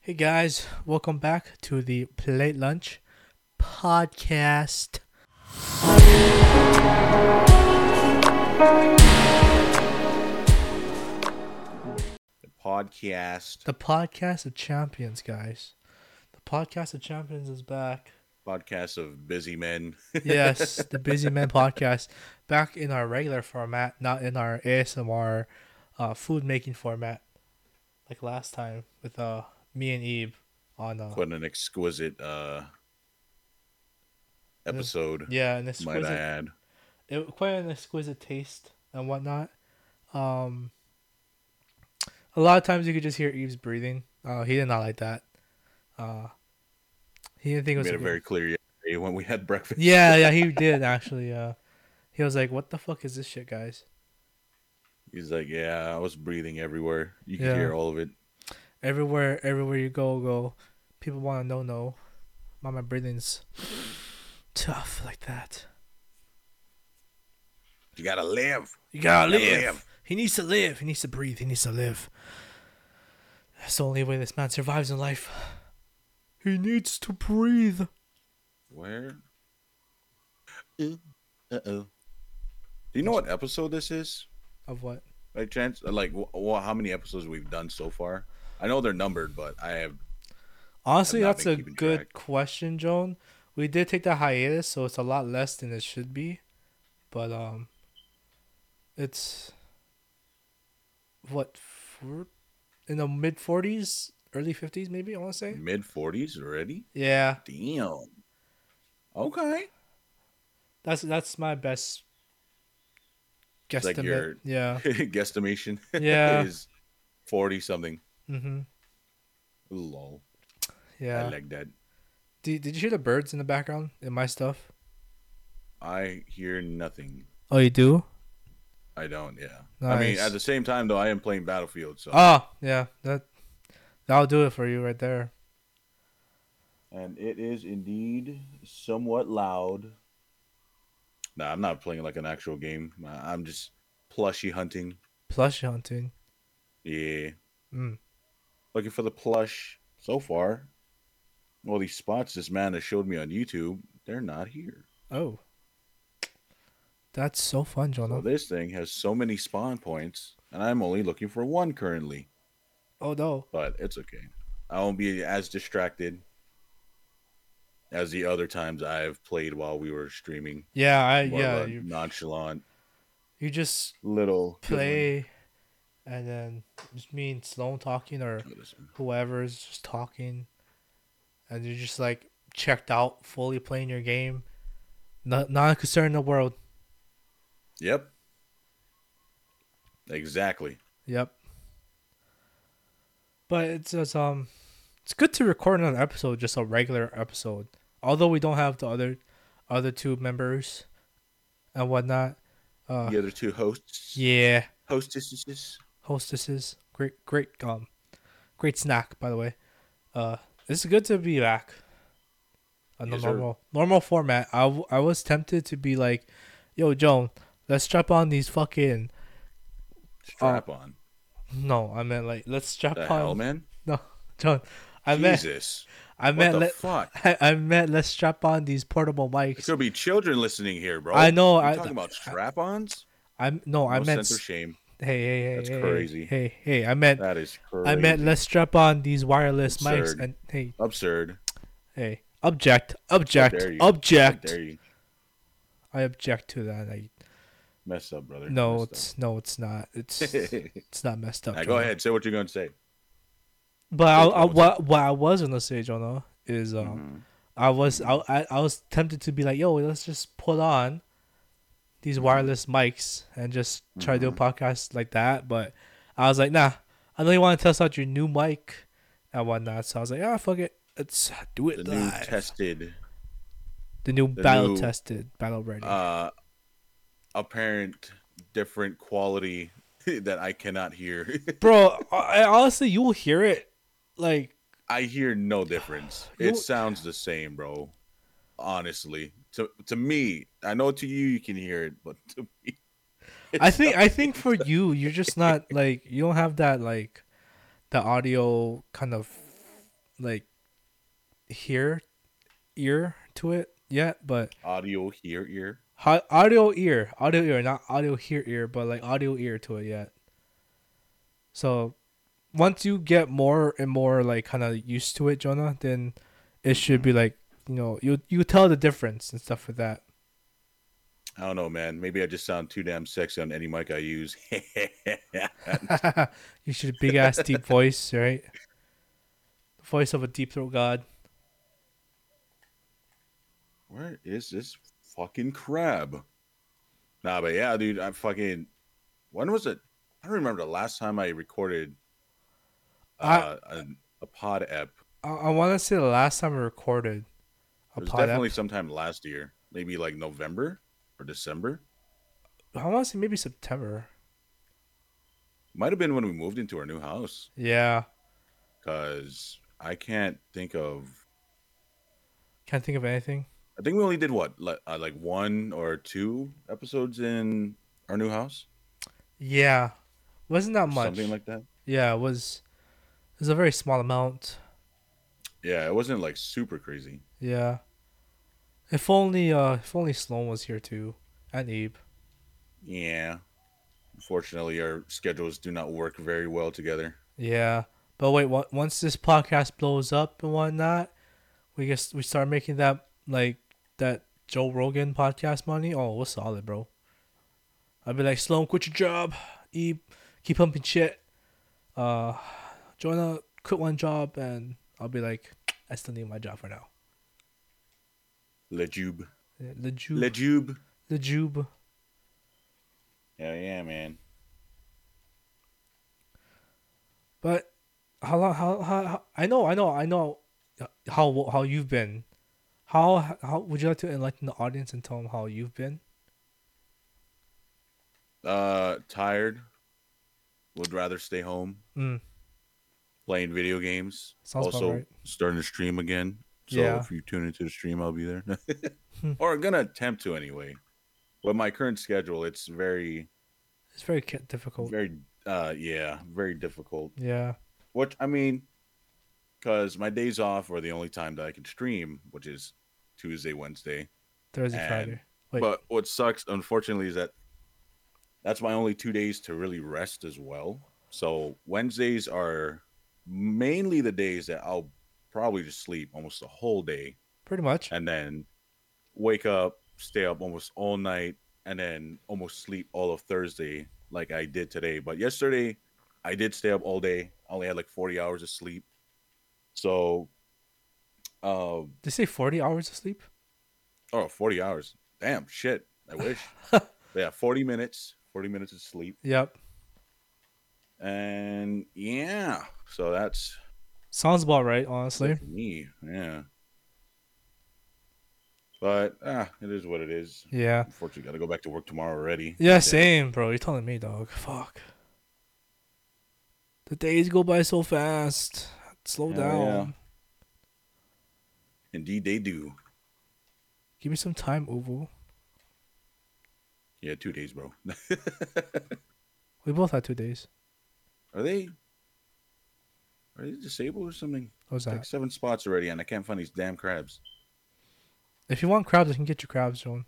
Hey guys, welcome back to the Plate Lunch podcast. the podcast The podcast of champions, guys. The podcast of champions is back. podcast of busy men Uh-huh. Yes, the Busy Men podcast back in our regular format, not in our ASMR uh, food making format like last time with uh, me and Eve on uh, what an exquisite uh episode yeah, an might i exquisite add it, quite an exquisite taste and whatnot. Um, a lot of times you could just hear Eve's breathing. Uh, he did not like that. Uh, he didn't think it we was made a it good- very clear yesterday when we had breakfast Yeah, yeah, he did actually. Uh, he was like, "What the fuck is this shit, guys?" he's like yeah i was breathing everywhere you could Yeah. hear all of it Everywhere, everywhere you go, go. People want to know, no. My my breathing's tough like that. you gotta live You gotta Gotta live. live. He needs to live. He needs to breathe. He needs to live. That's the only way this man survives in life. He needs to breathe. where uh-oh do you know what episode this is Of what? by chance Uh, like wh- wh- how many episodes we've done so far i know they're numbered but i have Honestly, I've not that's been a keeping good track. question, Joan. We did take the hiatus, so it's a lot less than it should be. But um, it's what four, in the mid forties, early fifties, maybe. I want to say. mid 40s already Yeah, damn okay that's that's my best guesstimate. like your- Yeah. guesstimation Yeah. is 40 something Mm-hmm. lol Yeah. i like that Did, did you hear the birds in the background in my stuff? i hear nothing Oh, you do? i don't yeah i mean Nice. at the same time though i am playing battlefield so Oh, yeah. That that'll do it for you right there. and it is indeed somewhat loud no i'm not playing like an actual game I- i'm just plushie hunting Plush hunting. yeah Mm. looking for the plush so far all these spots this man has showed me on youtube they're not here Oh, that's so fun, so Jonah. this thing has so many spawn points and i'm only looking for one currently Oh no. but it's okay. I won't be as distracted as the other times I've played while we were streaming. Yeah, I More of Uh, yeah. a You, nonchalant you just little play, and then just me and Sloan talking or whoever is just talking, and you're just like checked out, fully playing your game, not not a concern in the world. Yep. Exactly. Yep. But it's just um, it's good to record an episode, just a regular episode. Although we don't have the other, other two members, and whatnot. Uh, The other two hosts, yeah, Uh, hostesses. hostesses, great, great, um, great snack by the way. Uh, it's good to be back. On the Yes, sir. normal normal format, I, w- I was tempted to be like, "Yo, Joan, let's strap on these fucking." Strap on. No, I meant like let's strap The on. hell, man? No, John, I meant Jesus. I What meant the let fuck? I, I meant let's strap on these portable There mics. could be children listening here, bro. I know, you I- talking about strap-ons? I'm no, I no meant sense of s- shame. hey hey hey That's hey, hey, crazy. Hey hey, I meant That is crazy. I meant let's strap on these wireless mics Absurd. and hey absurd. hey object object dare you. How object. dare you I object to that. I, mess up, brother? no, Messed up. it's no, it's not. It's it's not messed up. Now, go Jonah. ahead, say what you're going to say. But I, Take I, notes. what what I was gonna say, Jonah, is um, Mm-hmm. I was I, I I was tempted to be like, yo, let's just put on Mm-hmm. these wireless mics and just try to do a podcast like that. But I was like, nah, I know you want to test out your new mic and whatnot. So I was like, ah, fuck it, let's do it The the new live. tested, the new the battle new- tested, battle ready. uh, apparent different quality that I cannot hear. Bro, I, I honestly, you will hear it. Like, I hear no difference. You- It sounds the same, bro. Honestly, to to me, I know to you you can hear it, but to me, it I think I think for you, you're just not like you don't have that like the audio kind of like hear ear to it yet, but Audio here, ear. ho- audio ear, audio ear, not audio here ear, but like audio ear to it yet. So once you get more and more like kind of used to it, Jonah, then it should be like you know you you tell the difference and stuff like that. I don't know, man. Maybe I just sound too damn sexy on any mic I use. you should big ass deep voice, right? The voice of a deep throat god. Where is this fucking crab? Nah, but yeah, dude, I'm fucking. When was it? I don't remember the last time I recorded uh, a, a pod ep. I, I want to say the last time I recorded It a was pod ep- definitely sometime last year, maybe like November or December. I want to say maybe September. Might have been when we moved into our new house Yeah, because I can't think of. can't think of anything. I think we only did what, like, uh, like one or two episodes in our new house, Yeah, wasn't that much. something like that. yeah, it was. It was a very small amount. Yeah, it wasn't like super crazy. Yeah. If only, uh, if only Sloan was here too, and Abe. Yeah. Unfortunately, our schedules do not work very well together. Yeah, but wait. on- Once this podcast blows up and whatnot, we just we start making that like that Joe Rogan podcast money. Oh, we're solid, bro. I'd be like Sloan, quit your job. Eat, keep pumping shit. Uh, Jonah, quit one job, and I'll be like, I still need my job for now. Lejube. Yeah, The jube, Lejube. the jube. Hell yeah, man. But how long? How, how how? I know, I know, I know. How how you've been? How how would you like to enlighten the audience and tell them how you've been? Uh, tired. Would rather stay home. Mm. Playing video games. Sounds about also right. starting to stream again. So Yeah. Hmm. if you tune into the stream, I'll be there. or gonna attempt to anyway. But my current schedule, it's very, It's very ca- difficult. very, uh, yeah, very difficult. Yeah. Which I mean, because my days off are the only time that I can stream, which is Tuesday, Wednesday. Thursday, And- Friday. Wait. But what sucks, unfortunately, is that that's my only two days to really rest as well. So Wednesdays are mainly the days that I'll probably just sleep almost the whole day Pretty much. and then wake up, stay up almost all night, and then almost sleep all of Thursday like I did today. But yesterday, I did stay up all day. I only had like 40 hours of sleep. So, uh, They say forty hours of sleep. oh, 40 hours. Damn, shit. I wish. yeah, 40 minutes, 40 minutes of sleep. Yep. And yeah, so that's Sounds about right, honestly. For me. Yeah. But ah, it is what it is. Yeah. Unfortunately, got to go back to work tomorrow already. Yeah, same, bro. You're telling me, dog. Fuck. The days go by so fast. Slow Hell down. Oh, yeah. Indeed, they do. Give me some time, Uvu. Yeah, two days, bro. We both had two days. Are they? Are they disabled or something? What was It's like that? seven spots already, and I can't find these damn crabs. If you want crabs, I can get you crabs, John.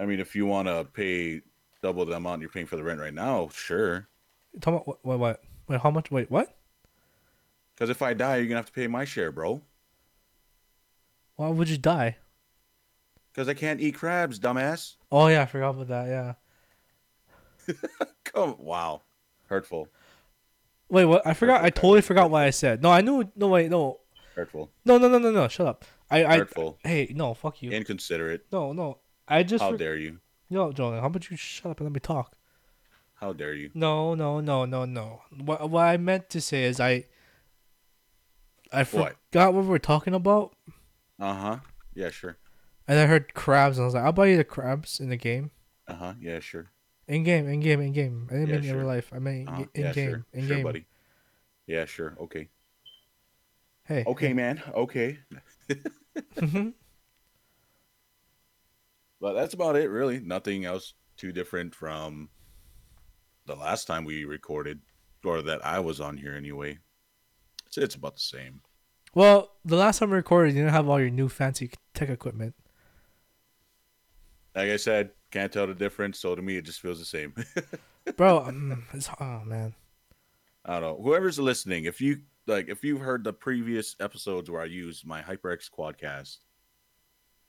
I mean, if you want to pay double the amount you're paying for the rent right now, sure. Tell me what, what, what? Wait, how much? Wait, what? Because if I die, you're gonna have to pay my share, bro. Why would you die? Because I can't eat crabs, dumbass. Oh yeah, I forgot about that. Yeah. Come, wow, hurtful, Wait, what? I forgot. I Perfect, totally forgot what I said. No, I knew. No, wait, no, hurtful, no, no, no, no, no. Shut up. I, I. hurtful, Hey, no, fuck you. inconsiderate. No, no. I just. How For- dare you? no, Jonah. How about you shut up and let me talk? How dare you? No, no, no, no, no. What what I meant to say is I. I forgot What? what? we were talking about, Uh huh. Yeah, sure. and I heard crabs, and I was like, "I'll buy you the crabs in the game, Uh huh. Yeah, sure. in game, in game, in game." I didn't Yeah, mean in sure. real life. I mean Uh-huh. in yeah, game, sure. in sure, game. buddy. Yeah, sure. Okay. Hey. Okay, man. Okay. Mhm. But that's about it, really. Nothing else too different from the last time we recorded, or that I was on here anyway. It's, it's about the same. Well, the last time we recorded, you didn't have all your new fancy tech equipment. Like I said, can't tell the difference. So to me, it just feels the same. Bro, um, it's, oh man. I don't know. Whoever's listening, if you like, if you've heard the previous episodes where I used my HyperX Quadcast,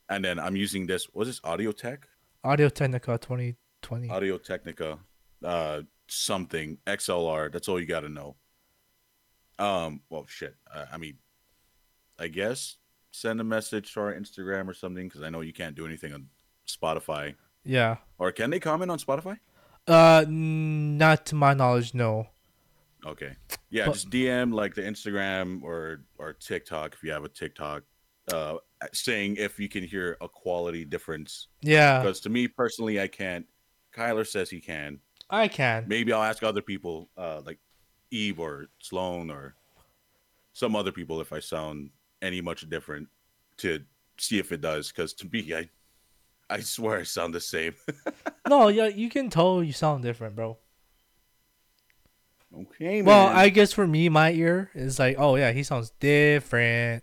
and then I'm using this, was this Audio Tech, Audio Technica 2020. Audio Technica, uh, something XLR. That's all you got to know. Um, well, shit. I, I mean, I guess send a message to our Instagram or something because I know you can't do anything on Spotify. Yeah. Or can they comment on Spotify? Uh, n- not to my knowledge, no. Okay. Yeah, But- just DM like the Instagram or or TikTok if you have a TikTok, uh, saying if you can hear a quality difference. Yeah, Because to me personally, I can't. Kyler says he can. I can. Maybe I'll ask other people, uh, like Eve or Sloan or some other people, if I sound any much different, to see if it does. Because to me, I I swear I sound the same. No, yeah, you can tell you sound different, bro. okay. Well, man. I guess for me, my ear is like, oh yeah, he sounds different.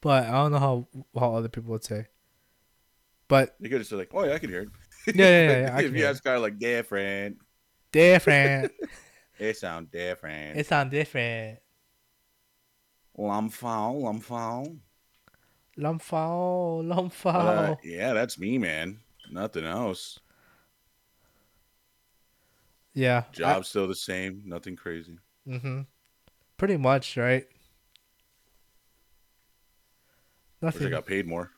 But I don't know how how other people would say. But you could just say like, oh yeah, I can hear it. yeah, yeah, yeah, yeah I if can you hear ask Kyler like different, it. different. it sound different. it sounds different. Lam foul, lam foul. Lumfow, lumfow. Uh, yeah, that's me, man. Nothing else. yeah. Job's still the same. Nothing crazy. Mm-hmm. Pretty much, right? Wish I Nothing. got paid more.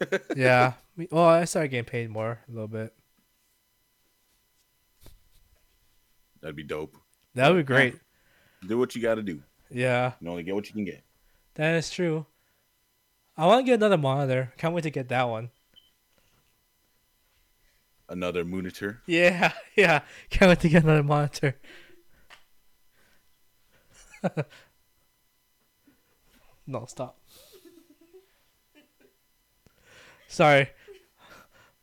yeah. We- Well, I started getting paid more a little bit. That'd be dope. That would be great. Do what you got to do. Yeah, You only get what you can get. that is true. I want to get another monitor. Can't wait to get that one. Another monitor. Yeah, yeah. Can't wait to get another monitor. no, stop. Sorry.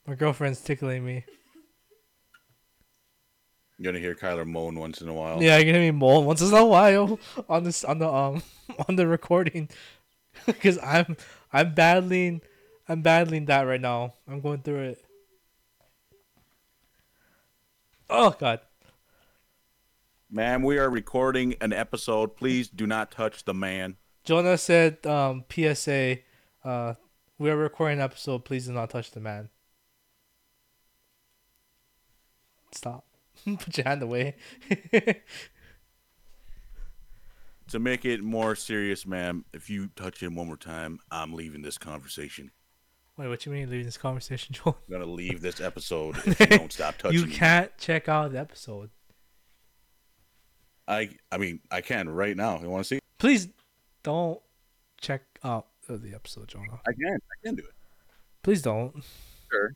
My girlfriend's tickling me. You're gonna hear Kyler moan once in a while. Yeah, you're gonna be mold once in a while on this on the um on the recording, because I'm I'm battling I'm battling that right now. I'm going through it. Oh God! Ma'am, we are recording an episode. Please do not touch the man. Jonah said, um, "PSA, uh, we are recording an episode. Please do not touch the man." Stop. Put your hand away. To make it more serious, ma'am, if you touch him one more time, I'm leaving this conversation. Wait, what you mean leaving this conversation, Jonah? I'm gonna leave this episode if you don't stop touching. You me. can't check out the episode. I. I mean, I can right now. You want to see? Please don't check out of the episode, Jonah. I can. I can do it. Please don't, Sure.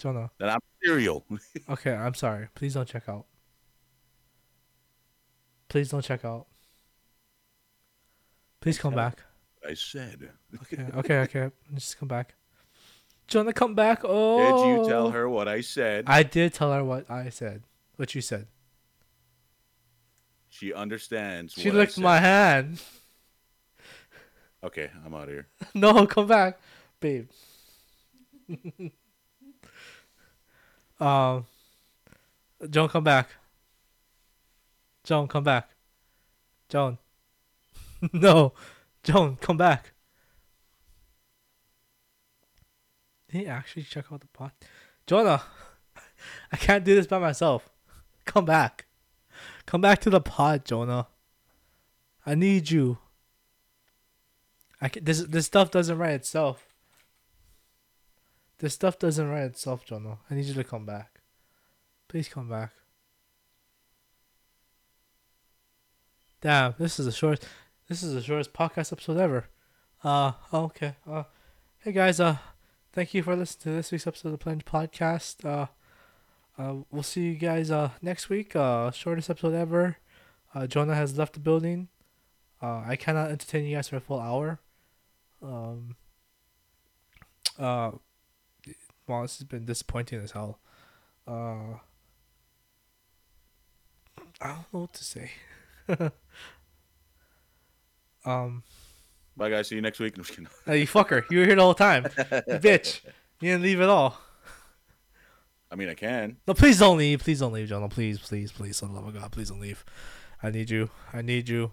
Jonah. that I'm serial. Okay, I'm sorry. Please don't check out. Please don't check out. Please come back. I said. Okay, okay, okay. Just come back. Jonah, come back. Did Oh. you tell her what I said? I did tell her what I said. What you said. She understands. she what I licked said. my hand. Okay, I'm out of here. No, come back, babe. um, Joan, come back. Joan, come back. Joan. no, Joan, come back. Did he actually check out the pot? Jonah, I can't do this by myself. Come back. Come back to the pod, Jonah. I need you. I can, this this stuff doesn't write itself. This stuff doesn't write itself, Jono. I need you to come back. Please come back. Damn, this is the shortest. This is the shortest podcast episode ever. Uh, okay. Uh, hey guys. Uh, thank you for listening to this week's episode of the Plunge Podcast. Uh, uh, we'll see you guys uh next week. Uh, shortest episode ever. Uh, Jonah has left the building. Uh, I cannot entertain you guys for a full hour. Um, uh, well, this has been disappointing as hell. Uh, I don't know what to say. um, Bye, guys. See you next week. I'm just kidding. hey, you fucker, you were here the whole time, You bitch. You didn't leave at all. I mean, I can. No, please don't leave. Please don't leave, Jonah. Please, please, please, son of love of God, please don't leave. I need you. I need you.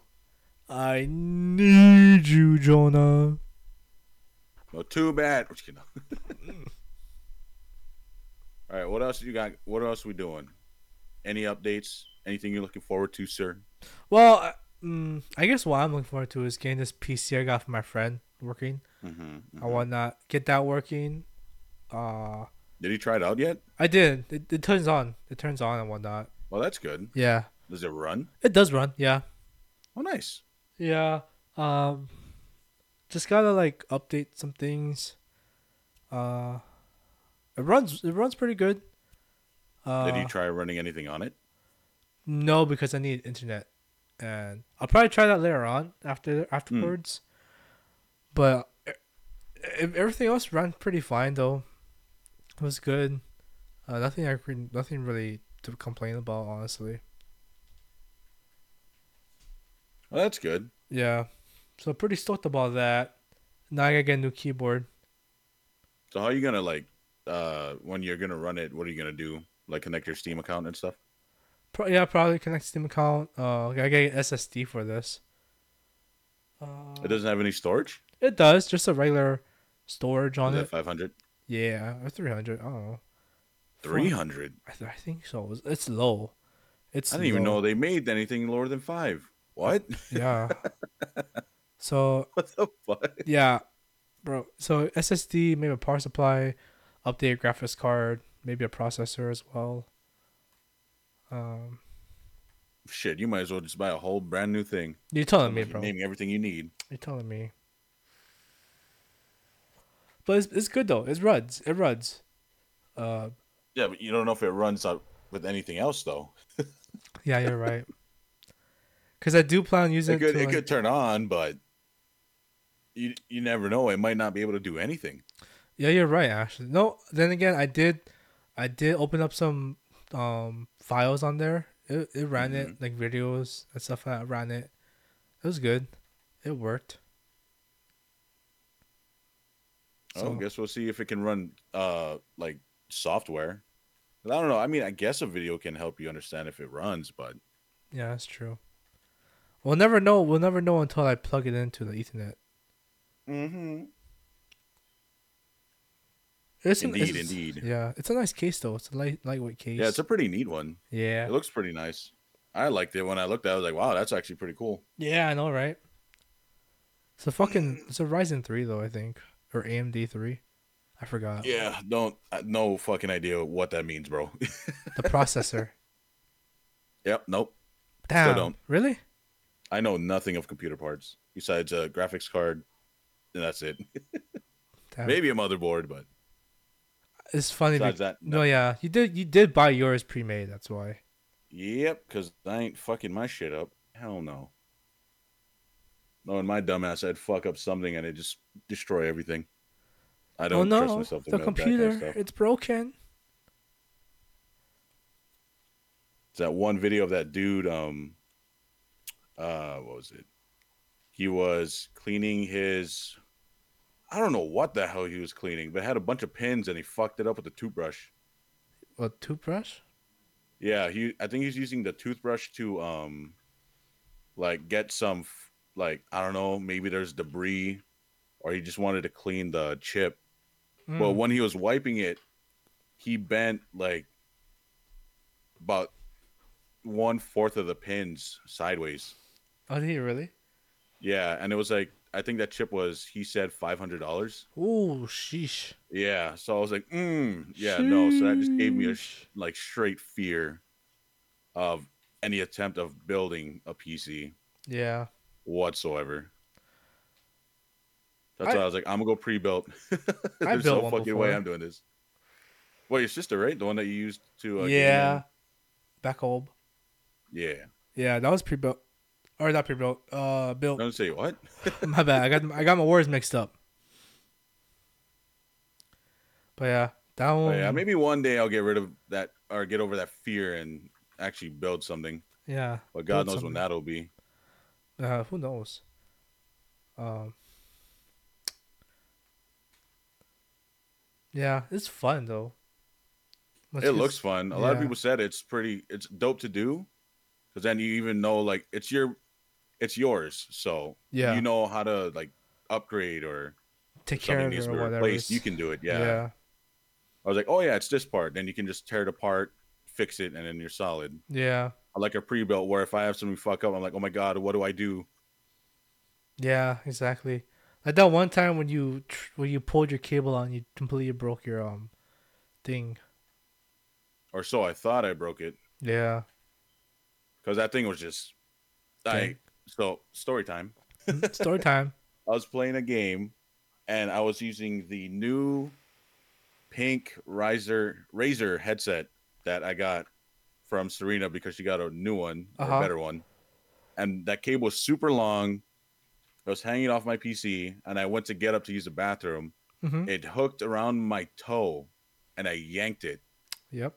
I need you, Jonah. No, too bad. I'm just kidding. All right. What else you got? What else we doing? Any updates? Anything you're looking forward to, sir? Well, I- mm, I guess what I'm looking forward to is getting this PC I got from my friend working. Mm-hmm. I want to get that working. Uh, Did he try it out yet? I did. It, it turns on. It turns on and whatnot. Well, that's good. Yeah, Does it run? it does run. Yeah, Oh, nice. yeah. Um, just gotta like update some things. Uh, it runs. It runs pretty good. Uh, Did you try running anything on it? No, because I need internet, and I'll probably try that later on after afterwards. But e- e- everything else ran pretty fine though. It was good. Uh, nothing I could- nothing really to complain about honestly. Well, that's good. Yeah, so pretty stoked about that. Now I gotta get a new keyboard. So, how are you gonna like uh when you're gonna run it? What are you gonna do? Like connect your Steam account and stuff? Pro- yeah, probably connect Steam account. Uh, I gotta get an SSD for this. Uh, It doesn't have any storage. it does just a regular storage Is on that it. 500? Yeah, or three hundred. I don't know. 300? I, th- I think so. It's- It's low. It's I didn't even know low. they made anything lower than five. What? Yeah. so what the fuck? yeah, bro. So SSD, maybe a power supply, update graphics card, maybe a processor as well. Um, Shit, you might as well just buy a whole brand new thing. you're telling me, Naming bro. Naming everything you need. You're telling me. But it's, it's good though. It runs. It runs. Uh, Yeah, but you don't know if it runs out with anything else though. yeah, you're right. Cause I do plan on using It it. could to, it like- could turn on, but you you never know. It might not be able to do anything. Yeah, you're right. Actually, no. Then again, I did, I did open up some um files on there. It it ran it Mm-hmm. like videos and stuff. Like that ran it. It was good. It worked. oh, I guess we'll see if it can run uh like software. But I don't know. I mean, I guess a video can help you understand if it runs, but yeah, that's true. We'll never know. We'll never know until I plug it into the Ethernet. mm-hmm. It's an- Indeed, it's- indeed. Yeah, it's a nice case though. It's a light, lightweight case. yeah, it's a pretty neat one. yeah. It looks pretty nice. I liked it when I looked at. it. I was like, wow, that's actually pretty cool. Yeah, I know, right? It's a fucking. It's a Ryzen three though, I think, or AMD three. I forgot. Yeah, don't I- no fucking idea what that means, bro. The processor. yep, nope. Damn. don't. Really? I know nothing of computer parts besides a graphics card, and that's it. Damn. Maybe a motherboard, but It's funny. besides bec- that, no. no. yeah, you did. You did buy yours pre-made. That's why. Yep, because I ain't fucking my shit up. Hell no. Knowing my dumbass, I'd fuck up something and it just destroy everything. I Oh don't trust no, myself to the make that kind computer, of stuff. it's broken. It's that one video of that dude. Um, uh, what was it? He was cleaning his. I don't know what the hell he was cleaning, but it had a bunch of pins and he fucked it up with a toothbrush. A toothbrush? Yeah, he. I think he's using the toothbrush to um, like get some f- like I don't know. Maybe there's debris, or he just wanted to clean the chip. Mm. But when he was wiping it, he bent like about one fourth of the pins sideways. oh, did he really? Yeah, and it was like I think that chip was he said five hundred dollars. Ooh, sheesh. Yeah, so I was like, mm, yeah, no. So that just gave me a Sheesh. sh- like straight fear of any attempt of building a PC Yeah, whatsoever. That's I- why I was like, I'm gonna go pre-built. There's built no one fucking way before. I'm doing this. Well, your sister, right? The one that you used to. Uh, game yeah. Back home. in? Yeah. Yeah, that was pre-built, or not pre-built. Uh, built. Don't say what. my bad. I got I got my words mixed up. But yeah, that Oh, one. But yeah, maybe one day I'll get rid of that or get over that fear and actually build something. Yeah. But God Build knows something. when that'll be. Uh, who knows? Um. Yeah, it's fun though. Once it you- looks fun. A lot of yeah. people said it's pretty. It's dope to do, because then you even know like it's your, it's yours. So Yeah. you know how to like upgrade or take care something of needs it to or be whatever. replaced. You it's- can do it. Yeah. I was like, oh yeah, it's this part. Then you can just tear it apart, fix it, and then you're solid. yeah, I like a pre-built where if I have something fuck up, I'm like, oh my god, what do I do? yeah, exactly. Like that one time when you tr- when you pulled your cable on, you completely broke your um thing. Or so I thought I broke it Yeah, because that thing was just. I Dang. so story time. story time. I was playing a game, and I was using the new pink riser razor headset that I got from Serena because she got a new one, Uh-huh. a better one, and that cable was super long. It was hanging off my PC, and I went to get up to use the bathroom. hmm It hooked around my toe, and I yanked it. Yep.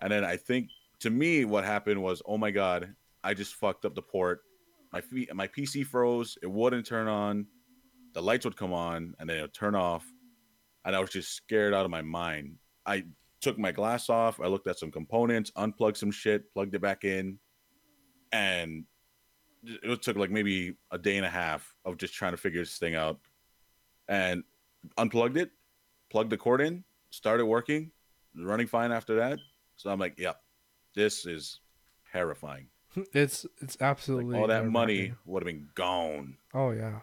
And then I think to me, what happened was, oh my god, I just fucked up the port. My feet, my PC froze. It wouldn't turn on. The lights would come on, and then it would turn off. And I was just scared out of my mind. I took my glass off. I looked at some components, unplugged some shit, plugged it back in, and it took like maybe a day and a half of just trying to figure this thing out. And unplugged it, plugged the cord in, started working, running fine after that. So I'm like, yep, this is terrifying. It's it's Like, absolutely all that money nerve-wracking. would have been gone. Oh yeah,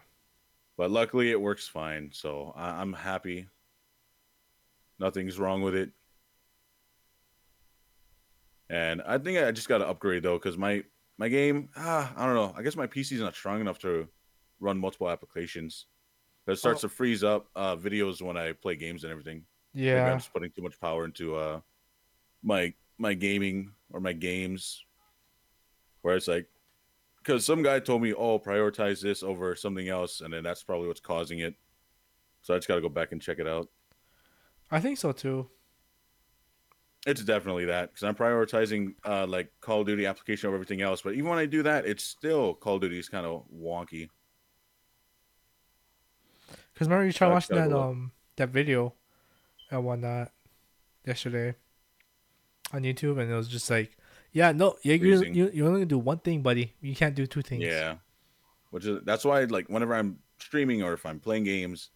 But luckily, it works fine. So I- I'm happy. Nothing's wrong with it. And I think I just got to upgrade though, because my my game, ah, I don't know. I guess my PC's not strong enough to run multiple applications. It starts to freeze up uh, videos when I play games and everything. Maybe I'm yeah, just putting too much power into uh my my gaming or my games. Where it's like, because some guy told me, "Oh, prioritize this over something else," and then that's probably what's causing it. So I just got to go back and check it out. I think so too. It's definitely that because I'm prioritizing uh like Call of Duty application over everything else. But even when I do that, it's still Call of Duty is kind of wonky. Cause remember you tried Yeah, I watching gotta that go look. um that video and whatnot yesterday on YouTube, and it was just like, yeah, no, yeah, you Freezing. you you only do one thing, buddy. You can't do two things. Yeah, which is that's why like whenever I'm streaming or if I'm playing games,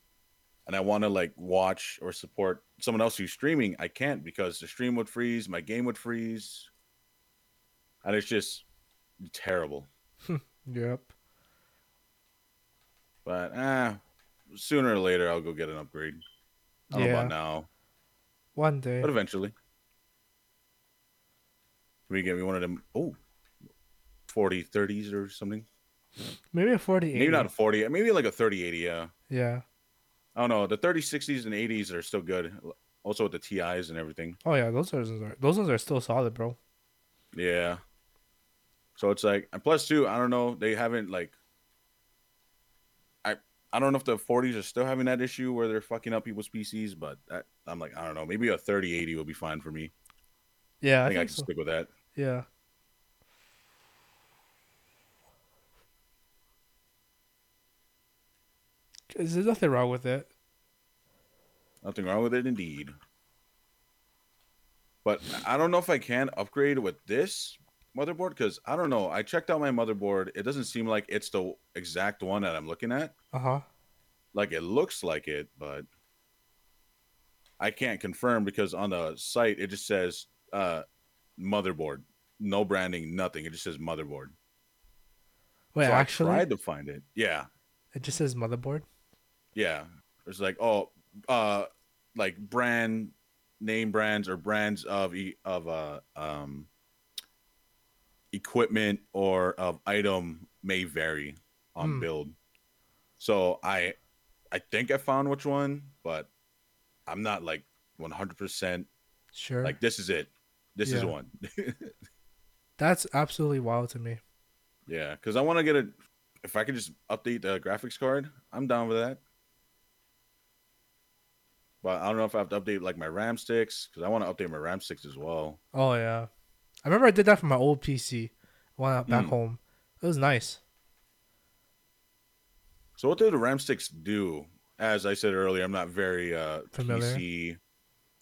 and I want to like watch or support someone else who's streaming, I can't because the stream would freeze, my game would freeze, and it's just terrible. Yep. But ah, sooner or later I'll go get an upgrade. I don't know Yeah. about now, One day. but eventually. We get me one of them. Oh. 40 30s or something Maybe a 48. maybe not a 40 maybe like a 30 80 yeah Yeah. I don't know. The 30s, 60s, and 80s are still good. Also with the TIs and everything. Oh yeah, those ones are those ones are still solid, bro. Yeah. So it's like, and plus two, I don't know. They haven't like, I I don't know if the 40s are still having that issue where they're fucking up people's PCs, but that, I'm like, I don't know. Maybe a 3080 will be fine for me. Yeah, I think I, can so. stick with that. Yeah. Cause there's nothing wrong with it. Nothing wrong with it, indeed. But I don't know if I can upgrade with this motherboard because I don't know. I checked out my motherboard. It doesn't seem like it's the exact one that I'm looking at. Uh huh. like it looks like it, but I can't confirm because on the site it just says uh motherboard, no branding, nothing. It just says motherboard. Wait, So actually, I tried to find it. Yeah, it just says motherboard. yeah. It's like oh, uh, like brand name brands or brands of e- of uh um equipment or of item may vary on Hmm. build. So I I think I found which one, but I'm not like 100% Sure. like this is it. This is Yeah. one. That's absolutely wild to me. yeah, cuz I want to get a if I could just update the graphics card, I'm down with that. But I don't know if I have to update like my RAM sticks cuz I want to update my RAM sticks as well. Oh yeah. I remember I did that for my old PC. one out back Mm. home. It was nice. So what do the Ramsticks do? As I said earlier, I'm not very uh Familiar. PC,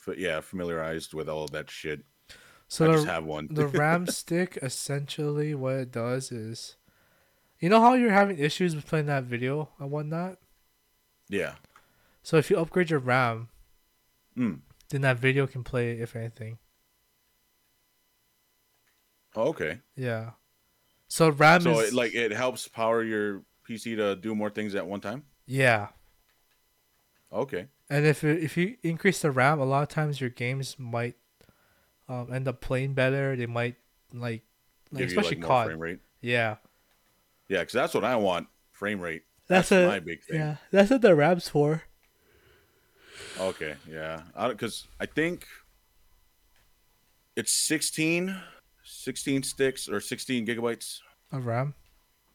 f- yeah, familiarized with all of that shit. So I the, just have one. the ram stick essentially what it does is you know how you're having issues with playing that video and whatnot yeah. so if you upgrade your ram Mm. then that video can play if anything Oh, okay. yeah so ram So is it, like it helps power your PC to do more things at one time. yeah Okay. and if you- if you increase the ram a lot of times your games might um, end up playing better they might like, like Give especially you like more cod frame rate. yeah Yeah, because that's what I want. Frame rate. that's, That's a my big thing. yeah that's what the ram's for Okay, yeah. Because I, think it's 16, 16 sticks or 16 gigabytes a ram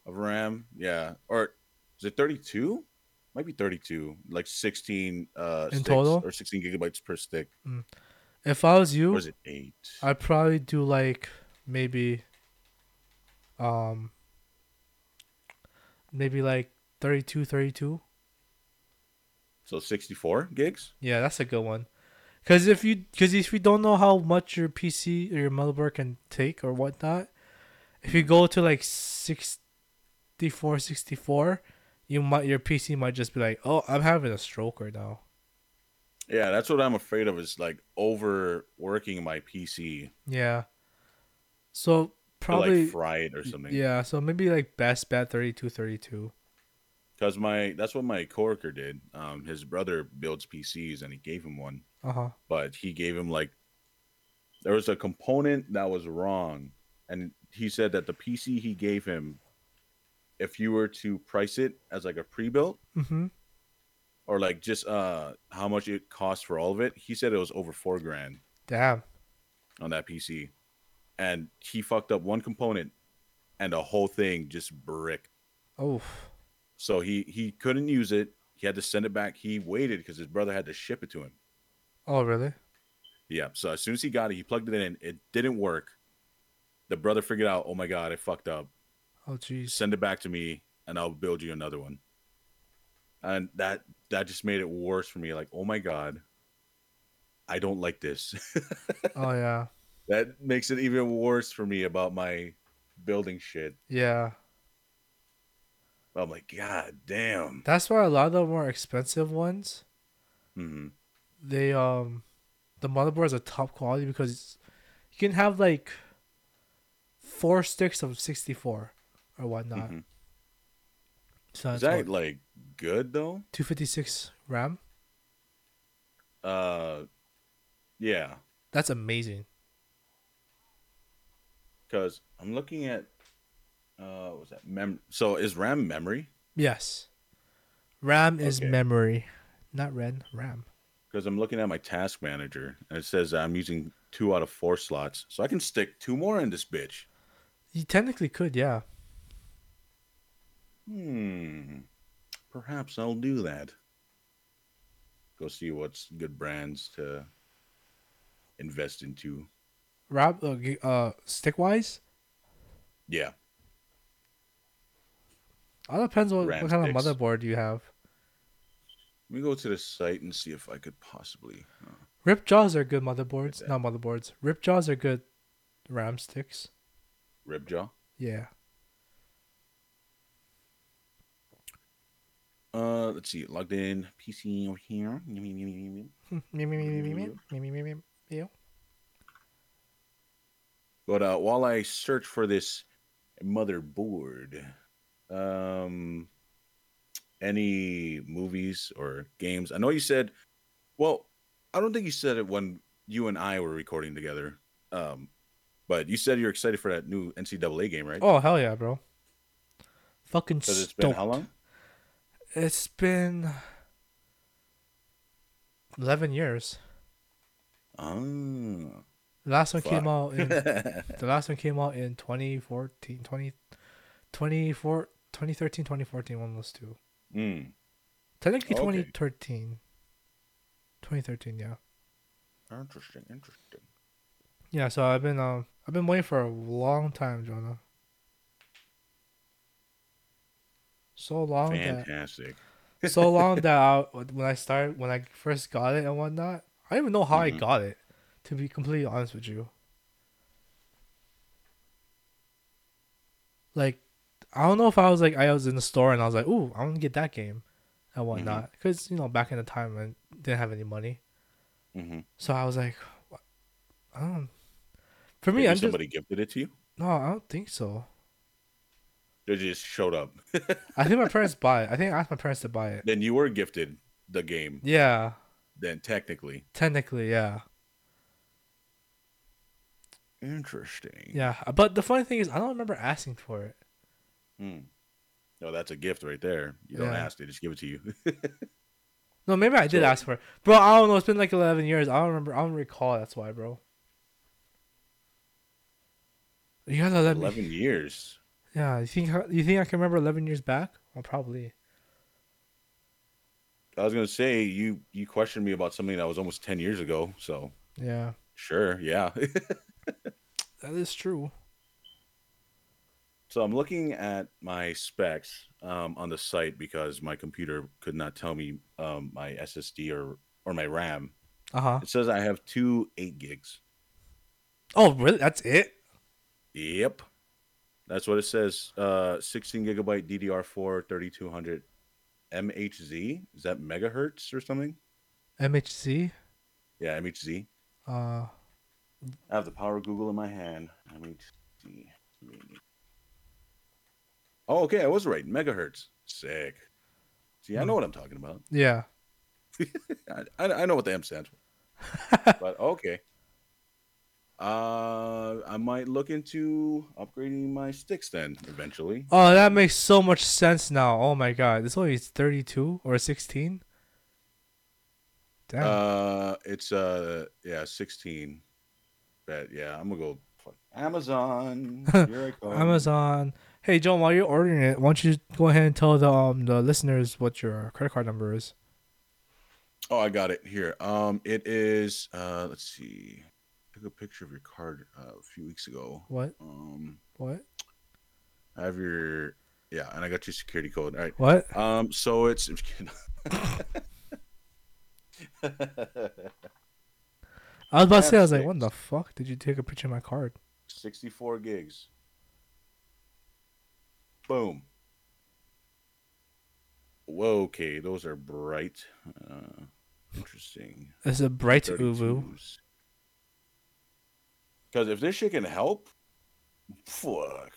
of RAM. Yeah. Or is it 32? Might be 32. Like 16 uh, In sticks total? Or 16 gigabytes per stick. if i was you Or is it 8? I'd probably do like maybe um maybe like 32 32. So 64 gigs? Yeah, that's a good one. Cuz if you cuz if you don't know how much your PC or your motherboard can take or whatnot, if you go to like 64 64, you might your PC might just be like, "Oh, I'm having a stroke right now." Yeah, that's what I'm afraid of is like overworking my PC Yeah. So to probably like fry it or something. yeah, so maybe like best bet 32 32. Because my that's what my coworker did. Um, his brother builds PCs and he gave him one. Uh-huh. but he gave him like there was a component that was wrong and he said that the pc he gave him if you were to price it as like a pre-built Mhm. or like just uh how much it cost for all of it he said it was over four grand Damn. on that pc and he fucked up one component and the whole thing just bricked Oh, so he he couldn't use it he had to send it back he waited because his brother had to ship it to him oh really? Yeah. So as soon as he got it, he plugged it in. It didn't work. The brother figured out, oh my god, I fucked up. Oh jeez. Send it back to me, and I'll build you another one. And that that just made it worse for me. Like, oh my god, I don't like this. Oh yeah, that makes it even worse for me about my building shit. yeah. I'm like, god damn. That's why a lot of the more expensive ones, hmm they um, the motherboards are top quality because you can have like four sticks of sixty four or whatnot. Mhm. So Is that's that like good though? two fifty six RAM. Uh, yeah. That's amazing. Because I'm looking at uh, what was that mem? So is RAM memory? Yes, RAM is Okay. memory, not RAM. RAM. because I'm looking at my task manager and it says I'm using two out of four slots, so I can stick two more in this bitch. You technically could, yeah. Hmm. Perhaps I'll do that. Go see what's good brands to invest into. RAM, uh, g- uh, stick wise, Yeah. all depends on RAM what kind sticks. of motherboard you have. Let me go to the site and see if I could possibly. uh, Rip jaws are good motherboards. that. Not motherboards. Rip jaws are good RAM sticks. Ribjaw. Yeah. Uh, let's see. Logged in. PC over here. Mm-hmm. What's But uh, while I search for this motherboard, um, any movies or games? I know you said, well, I don't think you said it when you and I were recording together. Um, but you said you're excited for that new NCAA game, right? Oh hell yeah, bro. Fucking Because stoked. it's been how long? It's been eleven years. Oh. The last one came Fuck. out in the last one came out in 2014, 20, 24 2013, 2014, one of those two. mm. Technically Okay. 2013. 2013, yeah. Interesting, interesting. Yeah, so I've been um I've been waiting for a long time, Jonah. so long that Fantastic. so long that I, when I started when I first got it and whatnot, I don't even know how I Mhm. got it. To be completely honest with you, like I don't know if I was like I was in the store and I was like, "Ooh, I want to get that game," Mm-hmm. and whatnot, because you know back in the time I didn't have any money, hmm so I was like, "I don't." For me, Maybe I'm just somebody gifted it to you. no. I don't think so. They just showed up. I think my parents bought it. I think I asked my parents to buy it. then you were gifted the game. Yeah. Then technically, Technically, yeah. interesting. Yeah. uh, But the funny thing is I don't remember asking for it. Hmm. No, that's a gift right there. You don't Yeah. ask; they just give it to you. No, maybe I did So- ask for it. Bro, I don't know. It's been like 11 years. I don't remember. I don't recall. That's why, bro. You gotta let me. Eleven years. Yeah, you think you think I can remember 11 years back? Well, probably. I was gonna say you you questioned me about something that was almost ten years ago. So Yeah, sure, yeah. that is true. so I'm looking at my specs um, on the site because my computer could not tell me um, my SSD or or my RAM. Uh huh. It says I have two eight gigs. Oh, really? That's it? Yep. That's what it says. Uh, 16 gigabyte DDR4 3200 MHZ. Is that megahertz or something? MHC? Yeah, MHZ. Uh, I have the power of Google in my hand. MHZ. Oh, okay. I was right. Megahertz. Sick. See, I know what I'm talking about. yeah. I, I, I know what the M stands for. but okay. Uh, I might look into upgrading my sticks then eventually. Oh, that makes so much sense now. Oh my god. This only is 32 or 16? Damn. Uh, it's uh, yeah, sixteen. But yeah, I'm gonna go fuck Amazon. Here I come. Amazon. Hey, John, while you're ordering it, why don't you go ahead and tell the um the listeners what your credit card number is? Oh, I got it here. Um, it is. Uh, let's see. I took a picture of your card uh, a few weeks ago. What? Um, What? I have your yeah, and I got your security code. All right. What? Um, so it's. I was about to say, I was like, Fantastic. what the fuck? Did you take a picture of my card? 64 gigs. Boom. Whoa, okay, those are bright. Uh, interesting. It's a bright Uvu. Because if this shit can help, fuck.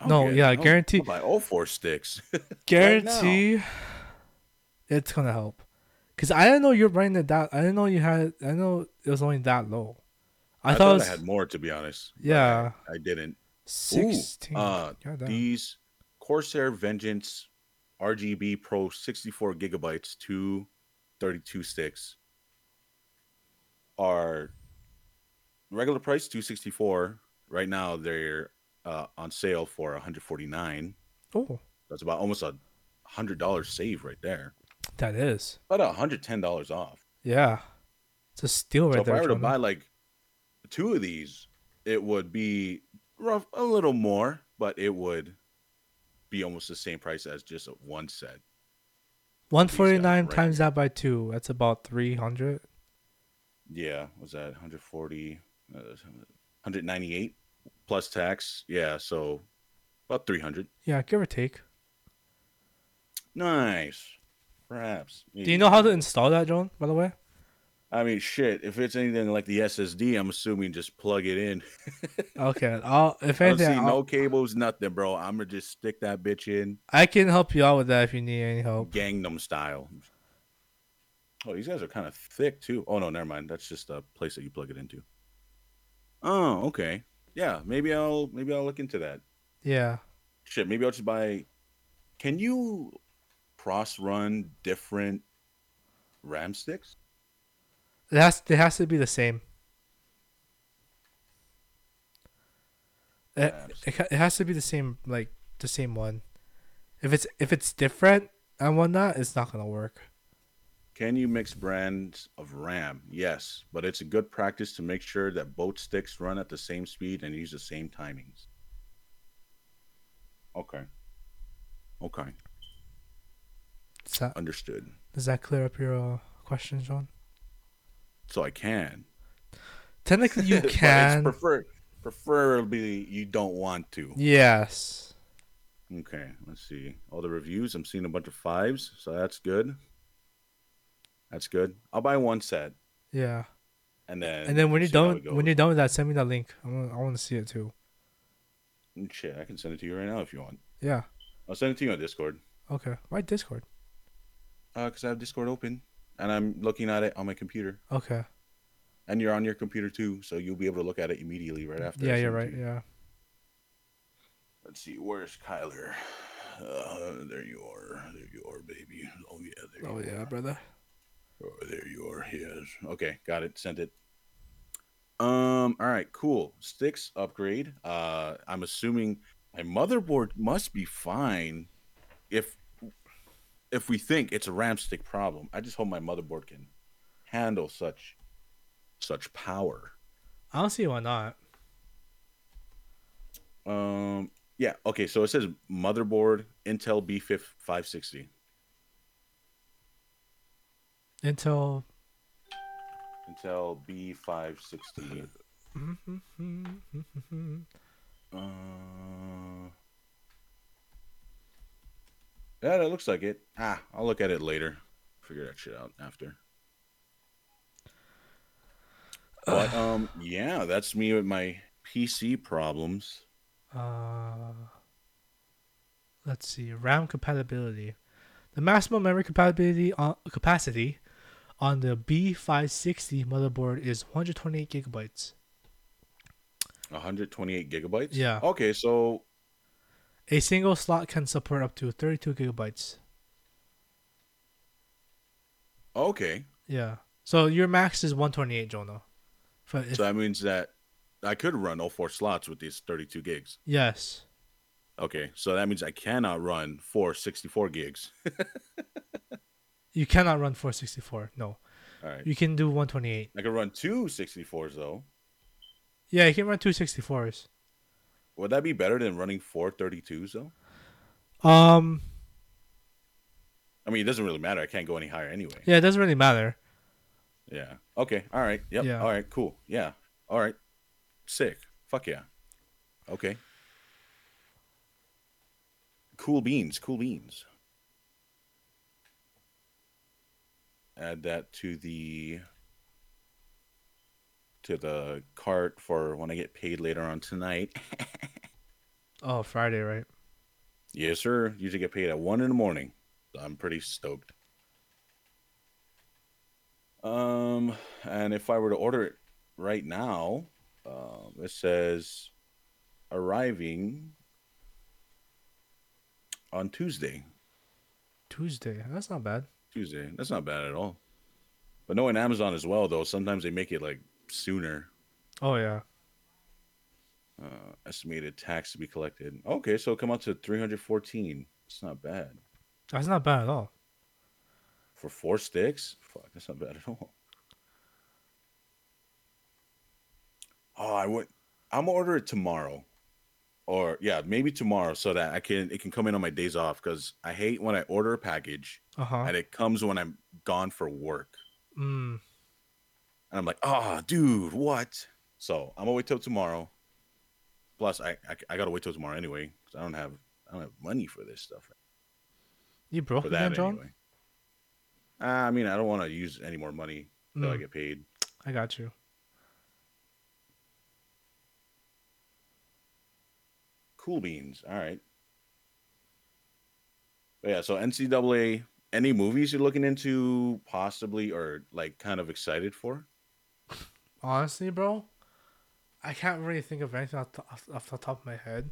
I'm No, getting- yeah, I'll- guarantee- I'll buy all four sticks. Guarantee it's gonna help. Cause I didn't know you're running it that. I didn't know you had. I didn't know it was only that low. I, thought, it was I had more, to be honest. but Yeah. I, I didn't. Ooh, sixteen. uh, Goddamn. these Corsair Vengeance RGB Pro 64 gigabytes, two 32 sticks are regular price 264. Right now they're uh, on sale for 149. oh, That's about almost a hundred dollars save right there. that is. About a hundred ten dollars off. Yeah, it's a steal right so if there. I were to Jonah. buy like two of these, it would be rough a little more, but it would be almost the same price as just one set. One forty nine right times that by two. That's about three hundred. Yeah, was that 140, uh, 198 plus tax? Yeah, so about 300. Yeah, give or take. Nice, perhaps. Do you know how to install that, John? By the way. I mean, shit. If it's anything like the SSD, I'm assuming just plug it in. Okay. I'll, if I don't anything, see I'll- no cables, nothing, bro. I'm gonna just stick that bitch in. I can help you out with that if you need any help. Gangnam Style. Oh, these guys are kind of thick too. Oh no, never mind. That's just a place that you plug it into. Oh, okay. Yeah, maybe I'll maybe I'll look into that. Yeah. Shit, maybe I'll just buy. Can you cross run different RAM sticks? It has. It has to be the same. It, Perhaps. it, ha- it has to be the same like the same one. If it's if it's different and whatnot, it's not gonna work. Can you mix brands of RAM? Yes, but it's a good practice to make sure that both sticks run at the same speed and use the same timings. Okay. Okay. Is that Understood. does that clear up your uh, question, John? So I can. Technically, you But it's can. prefer- preferably, you don't want to. yes. Okay, let's see. All the reviews. I'm seeing a bunch of fives, so that's good. That's good. I'll buy one set, Yeah. and then And then when you're see how done, it when goes. you're done with that, send me that link. I want, I want to see it too. Mm, shit, I can send it to you right now if you want. Yeah. I'll send it to you on Discord Okay. Why Discord? because Uh, I have Discord open, and I'm looking at it on my computer, Okay. and you're on your computer too, so you'll be able to look at it immediately right after. I yeah, send you're it to right. you. Yeah. Let's see. Where's Kyler? Uh, there you are. There you are, baby. Oh yeah. There Oh you yeah, Are. brother. Oh, there you are. Yes. Okay, got it. Sent it. Um. All right. Cool. Sticks upgrade. Uh, I'm assuming my motherboard must be fine. If if we think it's a RAM stick problem, I just hope my motherboard can handle such such power. I don't see why not. Um. Yeah. Okay. So it says motherboard Intel B5 560. Intel. Intel B560. Uh, yeah, that looks like it. Ah, I'll look at it later. Figure that shit out after. But um, yeah, that's me with my PC problems. Uh, let's see. RAM compatibility. The maximum memory compatibility on, capacity on the B560 motherboard is 128 gigabytes. 128 gigabytes. Yeah. Okay, so A single slot can support up to 32 gigabytes. okay, Yeah. So your max is 128, Jonah. For if, so that means that I could run all four slots with these 32 gigs. yes. Okay, so that means I cannot run four 64 gigs. You cannot run 464. No. All right, You can do 128. I could run two 64s though. Yeah, you can run 264s. Would that be better than running four 32s though? Um, I mean, it doesn't really matter. I can't go any higher anyway. yeah, it doesn't really matter. Yeah. Okay. All right. Yep. Yeah. All right. Cool. Yeah. All right. Sick. Fuck yeah. Okay. Cool beans. Cool beans. Add that to the to the cart for when I get paid later on tonight. Oh, Friday, right? yes, sir. Usually get paid at one in the morning. So I'm pretty stoked. Um, and if I were to order it right now, um, it says arriving on Tuesday. Tuesday. That's not bad. Tuesday. That's not bad at all. But knowing Amazon as well, though, sometimes they make it like sooner. Oh yeah. Uh, estimated tax to be collected. Okay, so come out to 314. It's not bad. That's not bad at all. For four sticks? Fuck, that's not bad at all. Oh, I would. I'm gonna order it tomorrow, or yeah, maybe tomorrow, so that I can it can come in on my days off. Because I hate when I order a package Uh huh. and it comes when I'm gone for work, Mm. and I'm like, ah, dude, what? So I'm gonna wait till tomorrow. Plus, I I, I gotta wait till tomorrow anyway because I don't have I don't have money for this stuff You broke for again, that John? anyway. Uh, I mean, I don't want to use any more money till I Mm. get paid. I got you. Cool beans. All right. But yeah, so NCAA, any movies you're looking into possibly or like kind of excited for? Honestly, bro, I can't really think of anything off the, off, off the top of my head.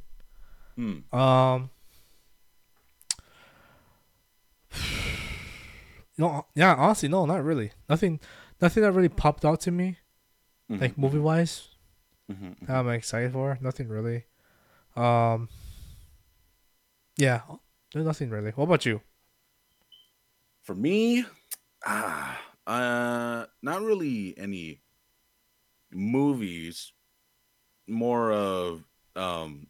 Hmm. Um. No, yeah, honestly, no, not really. Nothing, nothing that really popped out to me, Mhm. like movie wise. Mhm. That I'm excited for nothing really. Um. Yeah, there's nothing really. What about you? For me, ah, uh, not really any movies. More of um,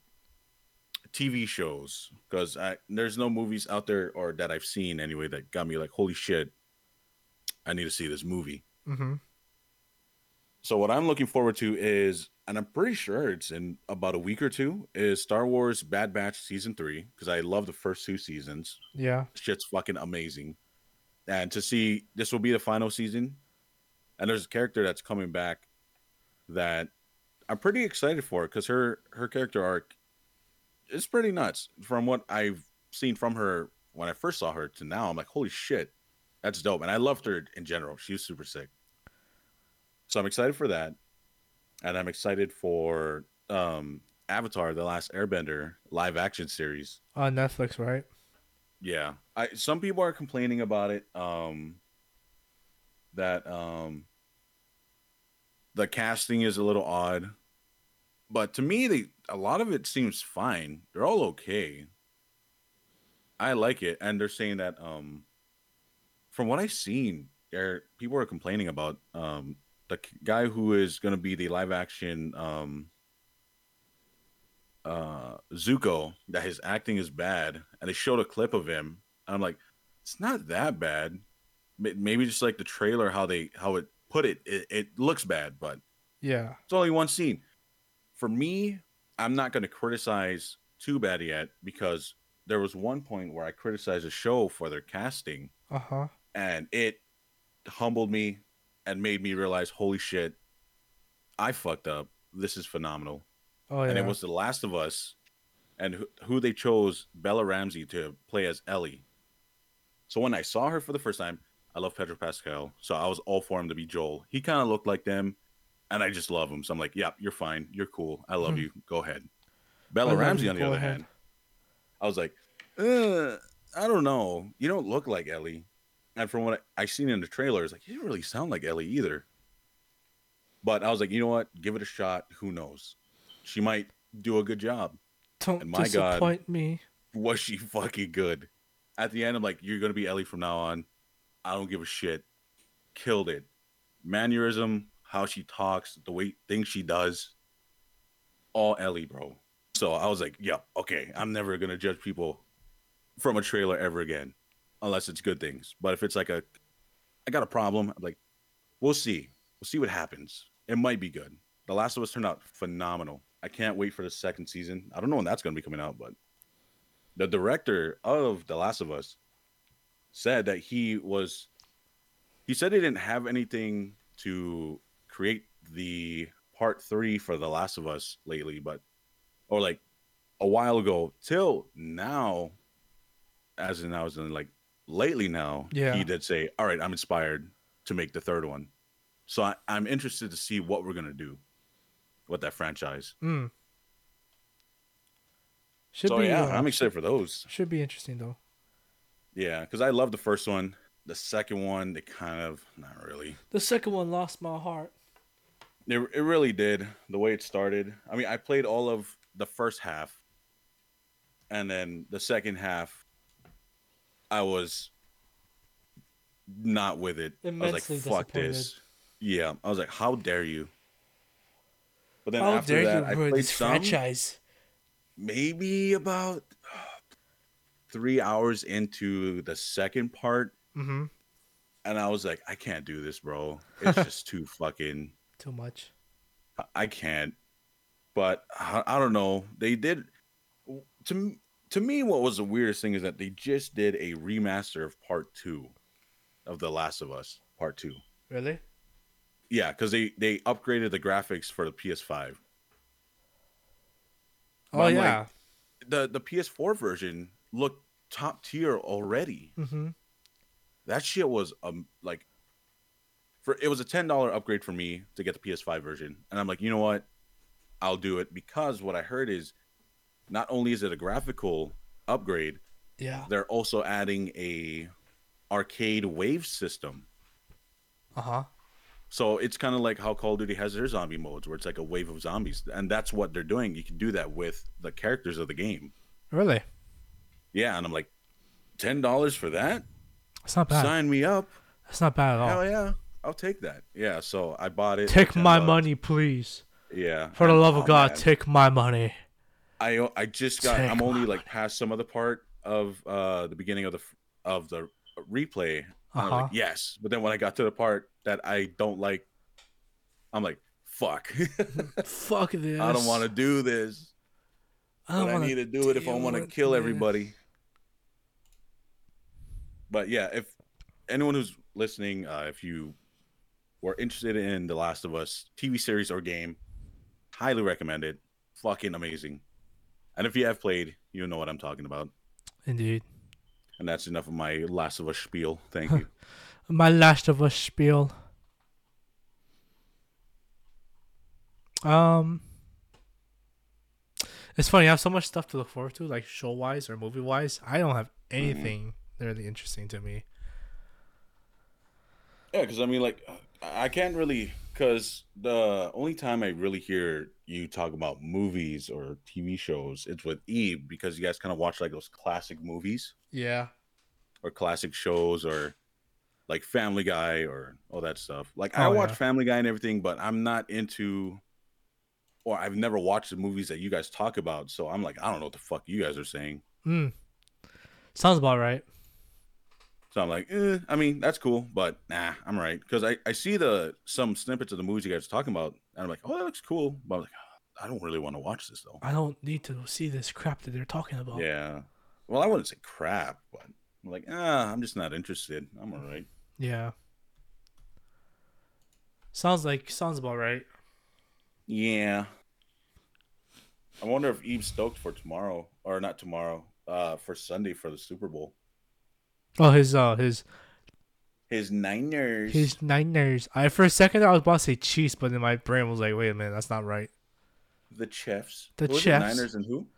TV shows because there's no movies out there or that I've seen anyway that got me like, holy shit, I need to see this movie. Mm-hmm. So what I'm looking forward to is, and I'm pretty sure it's in about a week or two, is Star Wars Bad Batch season three because I love the first two seasons. Yeah. Shit's fucking amazing, and to see this will be the final season, and there's a character that's coming back that I'm pretty excited for because her her character arc is pretty nuts from what I've seen from her when I first saw her to now. I'm like, holy shit, that's dope, and I loved her in general. She was super sick. So I'm excited for that. And I'm excited for um Avatar the Last Airbender live action series. On Netflix, right? Yeah. I some people are complaining about it um that um the casting is a little odd. But to me they a lot of it seems fine. They're all okay. I like it and they're saying that um from what I've seen there people are complaining about um the k- guy who is going to be the live action um uh Zuko that his acting is bad and they showed a clip of him and I'm like it's not that bad May- maybe just like the trailer how they how it put it it, it looks bad but Yeah. it's only one scene. For me, I'm not going to criticize too bad yet because there was one point where I criticized a show for their casting Uh huh. and it humbled me and made me realize, holy shit, I fucked up. This is phenomenal. Oh yeah. And it was The Last of Us and who, who they chose Bella Ramsey to play as Ellie. So when I saw her for the first time, I love Pedro Pascal. So I was all for him to be Joel. He kind of looked like them and I just love him. So I'm like, yep, you're fine. You're cool. I love Hmm. you. Go ahead. Bella love Ramsey, you. on the Go other ahead. hand, I was like, uh, I don't know. You don't look like Ellie. And from what I, I seen in the trailer, it's like, you didn't really sound like Ellie either. But I was like, you know what? Give it a shot. Who knows? She might do a good job. Don't and my God. disappoint me. Was she fucking good? At the end, I'm like, you're going to be Ellie from now on. I don't give a shit. Killed it. Mannerism, how she talks, the way things she does, all Ellie, bro. So I was like, yeah, okay, I'm never gonna judge people from a trailer ever again, unless it's good things. But if it's like a, I got a problem. I'm like, we'll see, we'll see what happens. It might be good. The Last of Us turned out phenomenal. I can't wait for the second season. I don't know when that's gonna be coming out, but the director of The Last of Us said that he was he said he didn't have anything to create the part three for The Last of Us lately, but or like a while ago till now, as in I was in like lately now, Yeah. he did say, All right, I'm inspired to make the third one. So I, I'm interested to see what we're gonna do with that franchise. Mm. Should so be. yeah, uh, I'm excited for those. Should be interesting though. Yeah, because I love the first one. The second one, they kind of not really. The second one lost my heart. It, it really did the way it started. I mean, I played all of the first half, and then the second half, I was not with it. I was Immensely like, "Fuck disappointed. this!" Yeah, I was like, "How dare you?" But then How after dare that, Oh, you I ruin played this some, franchise? maybe about uh, three hours into the second part, Mm-hmm. and I was like, "I can't do this, bro. It's just too fucking." Too much. I- I can't. But I, I don't know. They did to m- to me. What was the weirdest thing is that they just did a remaster of Part Two of The Last of Us Part Two. Really? Yeah, because they they upgraded the graphics for the PS5. But Oh I'm like, yeah. The the PS4 version looked top tier already. mm-hmm. That shit was um like for it was a ten dollar upgrade for me to get the PS5 version, and I'm like, you know what, I'll do it because what I heard is not only is it a graphical upgrade, Yeah. they're also adding a arcade wave system. Uh huh. So it's kind of like how Call of Duty has their zombie modes, where it's like a wave of zombies, and that's what they're doing. You can do that with the characters of the game. Really? Yeah, and I'm like, ten dollars for that? It's not bad. Sign me up. It's not bad at all. Hell yeah, I'll take that. Yeah, so I bought it. Oh. Take my $10. money, please. Yeah. For the and- love oh, of God, man. take my money. I I just got. Take I'm only my like past some of the part of uh the beginning of the f- of the replay. and I'm Uh-huh. like, yes, but then when I got to the part that I don't like, I'm like, fuck. Fuck this. I don't want to do this. I But don't I, wanna need to do it if I deal want to with kill this. everybody. But yeah, if anyone who's listening, uh, if you were interested in The Last of Us TV series or game, highly recommend it. Fucking amazing. And if you have played, you know what I'm talking about. Indeed. And that's enough of my Last of Us spiel. Thank you. My Last of Us spiel. Um, it's funny. I have so much stuff to look forward to, like show wise or movie wise. I don't have Mm-hmm. anything really interesting to me. Yeah, because I mean, like, I I can't really, because the only time I really hear you talk about movies or TV shows, it's with Eve because you guys kind of watch like those classic movies Yeah. or classic shows or like Family Guy or all that stuff. Like, I Oh, watch yeah. Family Guy and everything, but I'm not into, or I've never watched the movies that you guys talk about. So I'm like, I don't know what the fuck you guys are saying. Hmm. Sounds about right. So I'm like, eh, I mean, that's cool, but nah, I'm right because I, I see the some snippets of the movies you guys are talking about, and I'm like, oh, that looks cool, but I'm like, "Oh, I don't really want to watch this though. I don't need to see this crap that they're talking about. Yeah, well, I wouldn't say crap, but I'm like, ah, I'm just not interested. I'm all right. Yeah. Sounds like sounds about right. Yeah. I wonder if Eve's stoked for tomorrow or not tomorrow, uh, for Sunday for the Super Bowl. Oh, his uh, his His Niners. his Niners. I for a second I was about to say Chiefs, but then my brain was like, wait a minute, that's not right. The Chiefs. The Who is it, Chiefs. Niners and who?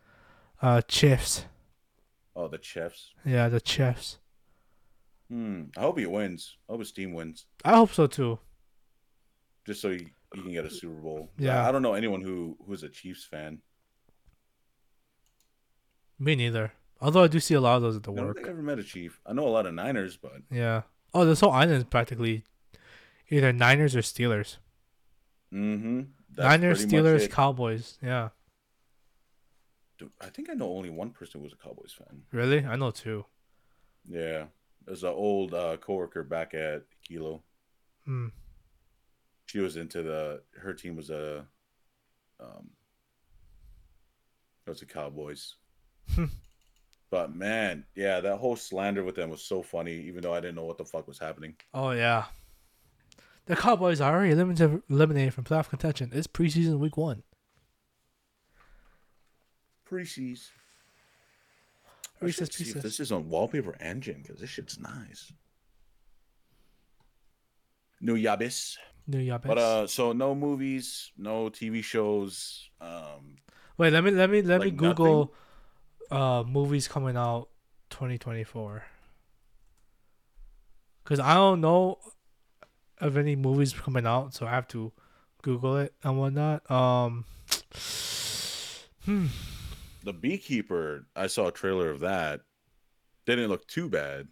Uh, Chiefs. Oh, the Chiefs. Yeah, the Chiefs. Hmm. I hope he wins. I hope his team wins. I hope so too. just so you, you can get a Super Bowl. Yeah. I, I don't know anyone who who's a Chiefs fan. Me neither. Although I do see a lot of those at the I don't think work. I've ever met a Chief. I know a lot of Niners, but Yeah. Oh, this whole island is practically either Niners or Steelers. mm-hmm. Niners, Steelers, Cowboys. Yeah. I think I know only one person who was a Cowboys fan. Really? I know two. Yeah, there's an old uh, coworker back at Kilo. Hmm. She was into the her team was a um it was the Cowboys. Hmm. but man, yeah, that whole slander with them was so funny, even though I didn't know what the fuck was happening. Oh yeah. The Cowboys are already eliminated eliminated from playoff contention. It's preseason week one. Preseason. I Reese's should see if Pieces. this is on wallpaper engine because this shit's nice. New Yabis. New York. But uh so no movies, no TV shows. Um Wait, let me let me let me like nothing? Google uh movies coming out 2024. Cuz I don't know of any movies coming out, so I have to Google it and whatnot. Um The Beekeeper, I saw a trailer of that. Didn't look too bad.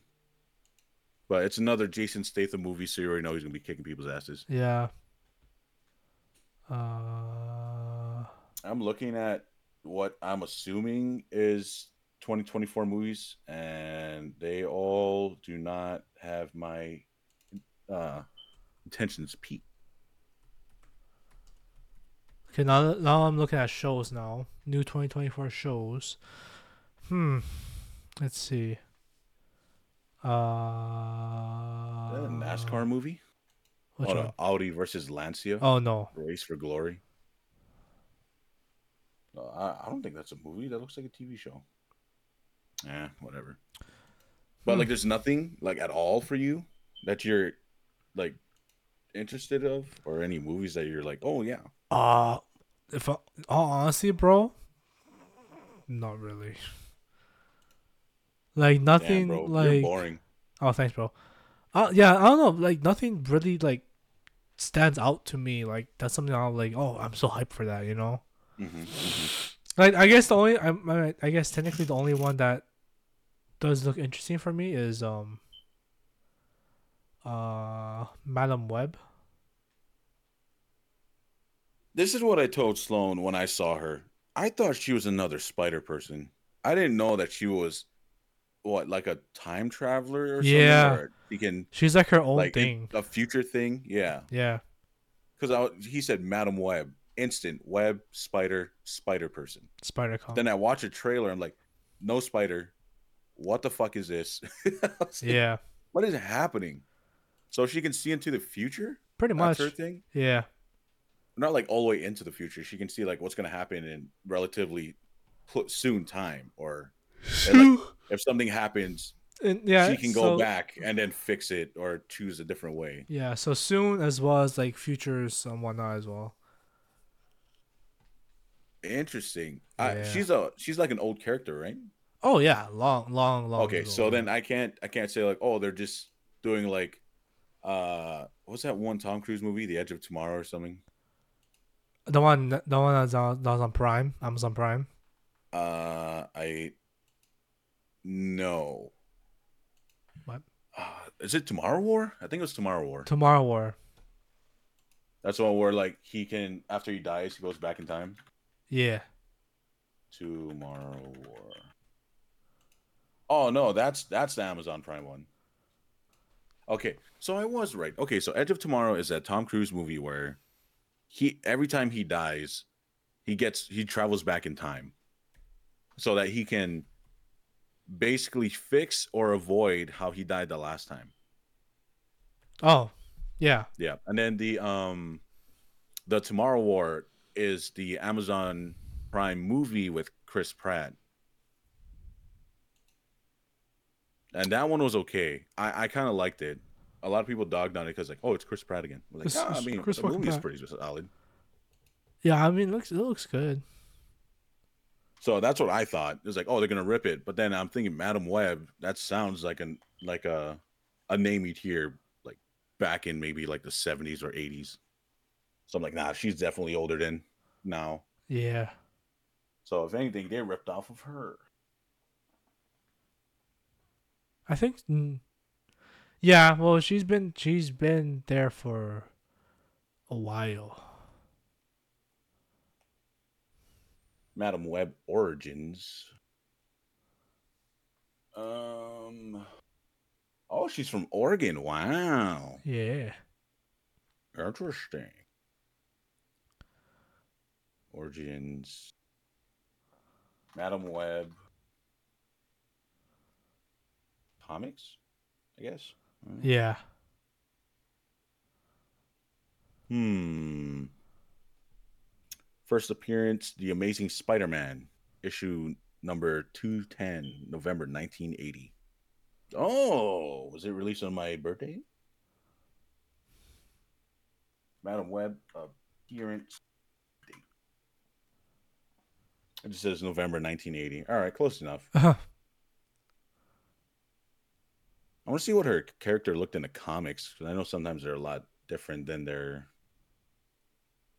But it's another Jason Statham movie, so you already know he's gonna be kicking people's asses. yeah. Uh I'm looking at what I'm assuming is 2024 movies, and they all do not have my uh, intentions peaked. Okay, now now I'm looking at shows now. New 2024 shows. Hmm. Let's see. Uh Is that a NASCAR movie? which oh, one? no, Audi versus Lancia, Oh no. Race for Glory. No, I, I don't think that's a movie. That looks like a TV show. Yeah, whatever. Hmm. But like, there's nothing like at all for you that you're like interested of, or any movies that you're like, oh yeah, Uh if I, all honesty, bro, not really. Like nothing Damn, bro, you're like boring. oh thanks bro. Uh yeah, I don't know, like nothing really like stands out to me. Like that's something I'm like, oh, I'm so hyped for that, you know? Mhm. Like I guess the only I I- I guess technically the only one that does look interesting for me is um uh Madam Web. This is what I told Sloan when I saw her. I thought she was another spider person. I didn't know that she was what like a time traveler or Yeah. something. Or she can She's like her own like thing. a future thing. Yeah, yeah. because he said Madam Web, instant web spider spider person. Spider Con. Then I watch a trailer. I'm like, no spider. What the fuck is this? I was like, Yeah. What is happening? So she can see into the future. Pretty much. That's her thing. Yeah. not like all the way into the future. She can see like what's going to happen in relatively cl- soon time, or and, like, if something happens, And yeah. she can go so- back and then fix it or choose a different way. Yeah, so soon as well as like futures and whatnot as well. Interesting. I, Yeah. she's a she's like an old character, right? Oh yeah, long, long, long. okay, ago, so then yeah. I can't I can't say like oh they're just doing like uh what's that one Tom Cruise movie, The Edge of Tomorrow or something. the one, the one that's on, that was on Prime, Amazon Prime. Uh, I no. What? Uh, is it Tomorrow War? I think it was Tomorrow War. Tomorrow War. That's one where like he can after he dies, he goes back in time. Yeah. Tomorrow War. Oh no, that's that's the Amazon Prime one. Okay, so I was right. Okay, so Edge of Tomorrow is that Tom Cruise movie where he every time he dies, he gets he travels back in time so that he can basically fix or avoid how he died the last time. Oh, yeah. Yeah, and then the um, the Tomorrow War is the Amazon Prime movie with Chris Pratt, and that one was okay. I I kind of liked it. A lot of people dogged on it because like, oh, it's Chris Pratt again. I'm Like, It's- "Ah, I it's mean, Chris the movie is Pratt." pretty solid. Yeah, I mean, it looks it looks good. So that's what I thought. It was like, oh, they're gonna rip it. But then I'm thinking, Madam Web. That sounds like an like a a name you'd hear like back in maybe like the 70s or 80s. So I'm like, nah, she's definitely older than now. Yeah. So if anything, they ripped off of her. I think. mm, Yeah. Well, she's been she's been there for a while. Madam Web Origins. Um. Oh, she's from Oregon. Wow, Yeah. interesting. Origins. Madam Web. Comics, I guess. Yeah. Hmm. First appearance, The Amazing Spider Man, issue number 210, November 1980. Oh, was it released on my birthday? Madam Web appearance date. It just says November 1980. All right, close enough. I want to see what her character looked in the comics. 'cause I know sometimes they're a lot different than their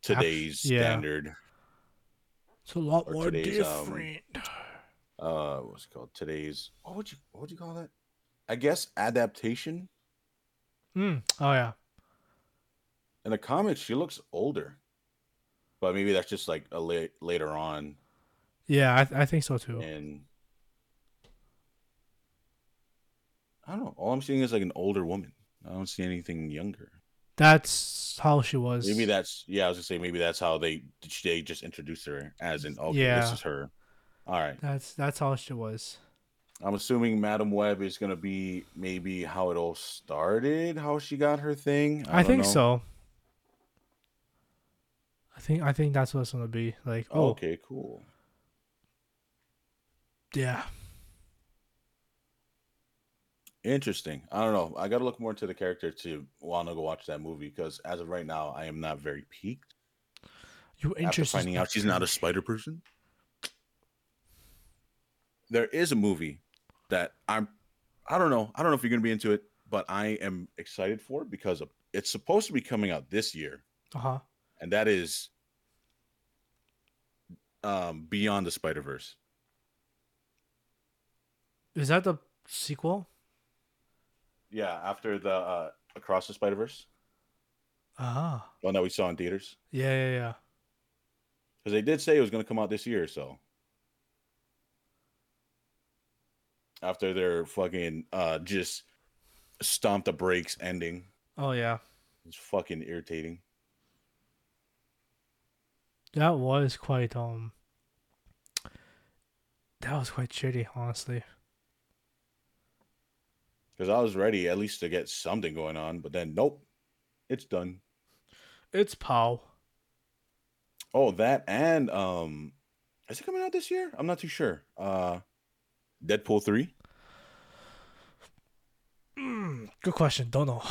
today's yeah. standard. It's a lot Or more today's, um, different. uh what's it called today's what would you what would you call that i guess adaptation Mm. Oh yeah. in the comics she looks older but maybe that's just like a late later on Yeah, I, th- I think so too. and i don't know all i'm seeing is like an older woman i don't see anything younger That's how she was. maybe that's yeah i was gonna say maybe that's how they they just introduced her as in okay this Yeah. is her all right That's that's how she was. i'm assuming madam web is gonna be maybe how it all started how she got her thing I, don't think know. so. I think I think that's what it's gonna be like. Oh, okay cool yeah, Interesting. I don't know. I got to look more into the character to want to go watch that movie because as of right now, I am not very peaked. you After interested? finding out she's not a spider person, there is a movie that I'm. I don't know. I don't know if you're gonna be into it, but I am excited for it because of- it's supposed to be coming out this year, Uh huh. and that is um, Beyond the Spider Verse. Is that the sequel? Yeah, after the uh, Across the Spider Verse Ah, one that we saw in theaters. yeah, yeah, yeah. because they did say it was going to come out this year. So after their fucking uh just stomp the brakes ending, Oh yeah, it's fucking irritating. that was quite um. That was quite shitty, honestly. Because I was ready at least to get something going on, but then nope, it's done. It's Pow. Oh, that and um, is it coming out this year? I'm not too sure. Uh, Deadpool three. Hmm. Mm, good question. Don't know.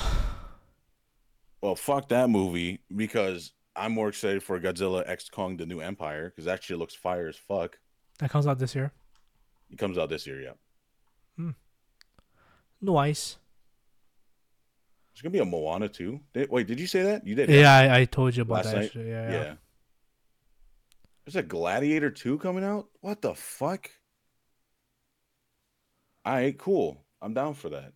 Well, fuck that movie because I'm more excited for Godzilla X Kong: The New Empire because that shit looks fire as fuck. That comes out this year. It comes out this year, yeah. No ice. There's gonna be a Moana too. Did, wait, did you say that? You did. Yeah, I, I told you about Last that. night? shit, Yeah, yeah. yeah. There's a Gladiator two coming out. What the fuck? All right, cool. I'm down for that.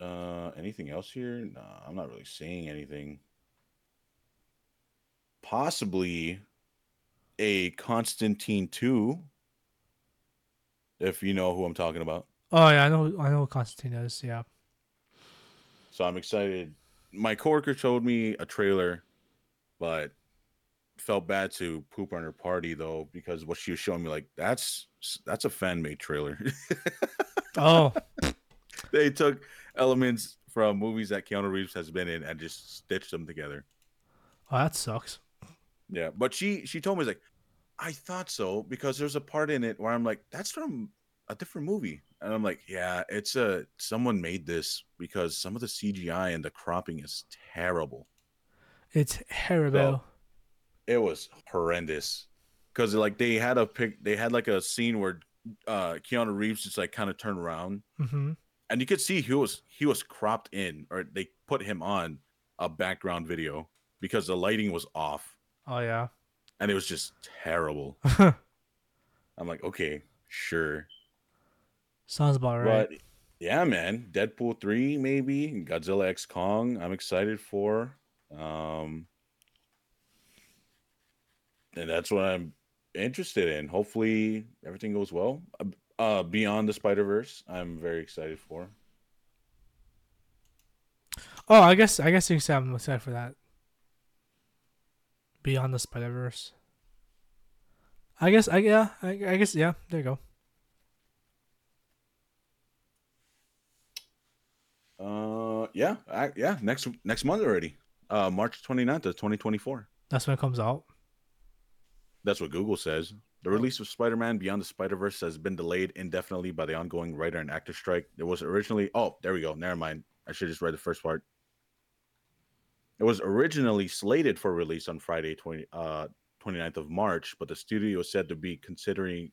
Uh, anything else here? Nah, I'm not really seeing anything. Possibly a Constantine two. If you know who I'm talking about. Oh yeah, I know. I know what Constantine is. Yeah. So I'm excited. My coworker showed me a trailer, but felt bad to poop on her party though because what she was showing me like that's that's a fan made trailer. Oh, they took elements from movies that Keanu Reeves has been in and just stitched them together. oh, that sucks. Yeah, but she she told me like I thought so because there's a part in it where I'm like that's from a different movie and I'm like yeah it's a someone made this because some of the CGI and the cropping is terrible. It's terrible. it was horrendous because like they had a pic they had like a scene where uh keanu reeves just like kind of turned around Mm-hmm. and you could see he was he was cropped in or they put him on a background video because the lighting was off Oh yeah. and it was just terrible i'm like okay sure Sounds about right. but yeah man deadpool 3 maybe and godzilla x kong i'm excited for um and that's what i'm interested in hopefully everything goes well Uh, uh beyond the spider verse i'm very excited for Oh, I guess I guess you can say I'm excited for that. Beyond the Spider Verse. I guess I yeah I, I guess yeah there you go. uh yeah I, yeah next next month already uh march 29th of 2024 That's when it comes out. that's what google says the release of spider-man beyond the spider-verse has been delayed indefinitely by the ongoing writer and actor strike it was originally oh there we go never mind i should just read the first part It was originally slated for release on Friday, 20, uh, 29th of March, but the studio is said to be considering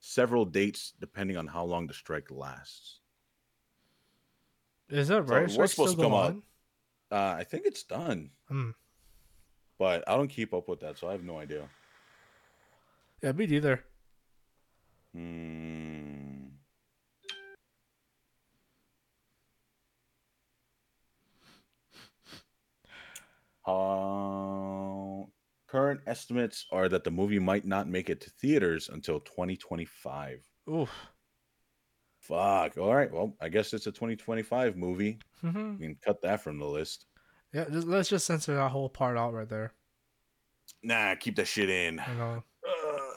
several dates depending on how long the strike lasts. Is that So right? it So it's was still supposed to come going out. on? Uh, I think it's done, Hmm. but I don't keep up with that, so I have no idea. Yeah, me neither. Hmm. Uh, current estimates are that the movie might not make it to theaters until 2025. Oof. Fuck. All right. Well, I guess it's a 2025 movie. Mhm. We can cut that from the list. yeah, just, let's just censor that whole part out right there. Nah, keep that shit in. You know. Uh,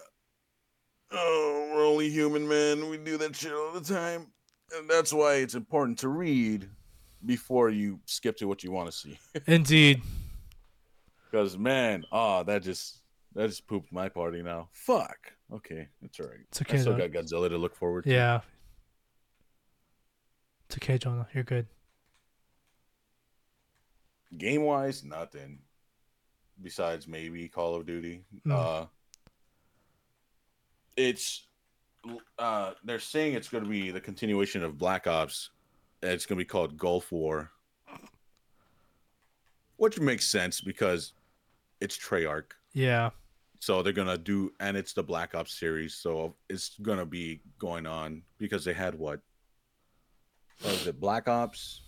oh, we're only human, man. We do that shit all the time. And that's why it's important to read before you skip to what you want to see. Indeed. Because, man, ah, that just that just pooped my party now. Fuck. Okay, that's all right. It's okay, I still though. got Godzilla to look forward to. Yeah. It's okay, Jonah. You're good. Game wise, nothing. Besides maybe Call of Duty. Hmm. Uh it's uh they're saying it's gonna be the continuation of Black Ops. and It's gonna be called Gulf War. Which makes sense because it's Treyarch. Yeah. So they're gonna do and it's the Black Ops series, so it's gonna be going on because they had what? what was it Black Ops?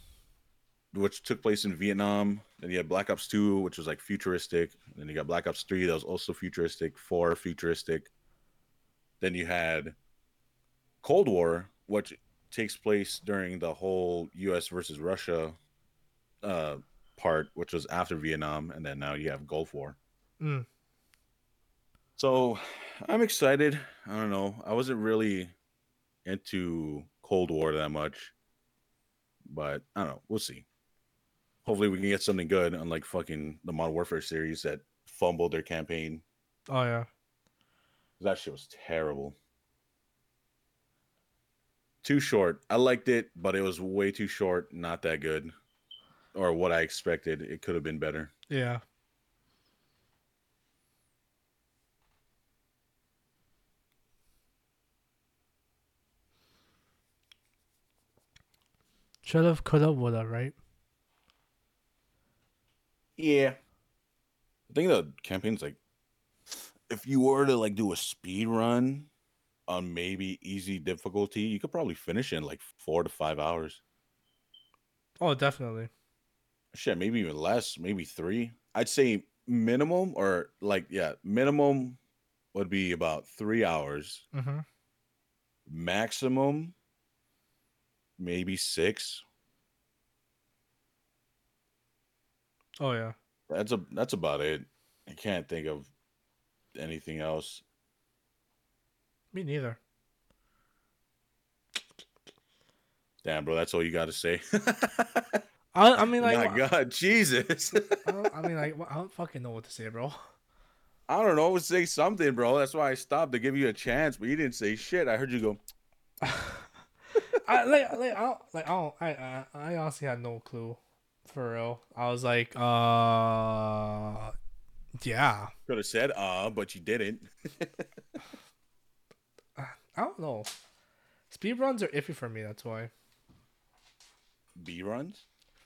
which took place in Vietnam. Then you had Black Ops 2, which was like futuristic. Then you got Black Ops 3, that was also futuristic. 4, futuristic. Then you had Cold War, which takes place during the whole U.S. versus Russia uh, part, which was after Vietnam, and then now you have Gulf War. Mm. So I'm excited. I don't know. I wasn't really into Cold War that much, but I don't know. We'll see. Hopefully, we can get something good, unlike fucking the Modern Warfare series that fumbled their campaign. Oh yeah. That shit was terrible. Too short. I liked it, but it was way too short. Not that good, or what I expected. It could have been better. Yeah. Should have, could have, would have, right? Yeah. I think the campaign's like if you were to like do a speed run on maybe easy difficulty, you could probably finish in like four to five hours. Oh, definitely. Shit, maybe even less, maybe three. I'd say minimum or like yeah, minimum would be about three hours. Mm-hmm. Maximum maybe six. Oh yeah. That's a that's about it. I can't think of anything else. Me neither. Damn, bro, that's all you got to say. I, I mean, like, My God, Jesus. I, don't, I mean, like, I don't fucking know what to say, bro. I don't know. Say something, bro. That's why I stopped to give you a chance, but you didn't say shit. I heard you go. I like, like, I don't, like, I don't, I, I, I honestly had no clue, for real. I was like, uh, yeah, Could have said uh, but you didn't. I don't know. Speedruns are iffy for me. That's why B runs,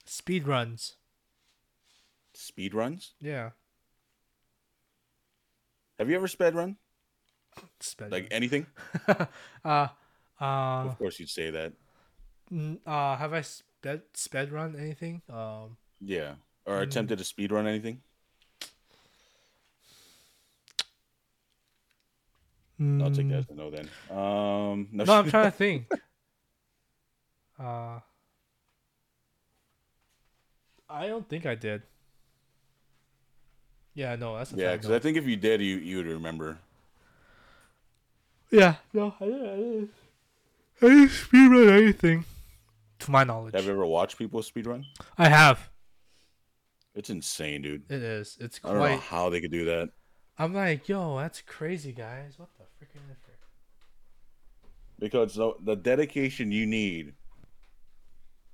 speedruns. speed runs. Yeah, Have you ever sped run? Speed Like anything? run. uh, uh, of course you'd say that. n- uh, have I sped sped run anything? Um, Yeah. Or Mm. attempted to speed run anything? I'll take that as a no then. Um, no, No, I'm trying to think. Uh, I don't think I did. Yeah, no, that's a yeah, fact, because no. I think if you did, you you would remember. yeah, no, I didn't. I didn't, I didn't speedrun anything, to my knowledge. Have you ever watched people speed run? I have. It's insane, dude. It is. It's I don't know quite. how they could do that. I'm like, yo, that's crazy, guys. What the freaking? heck? because the, the dedication you need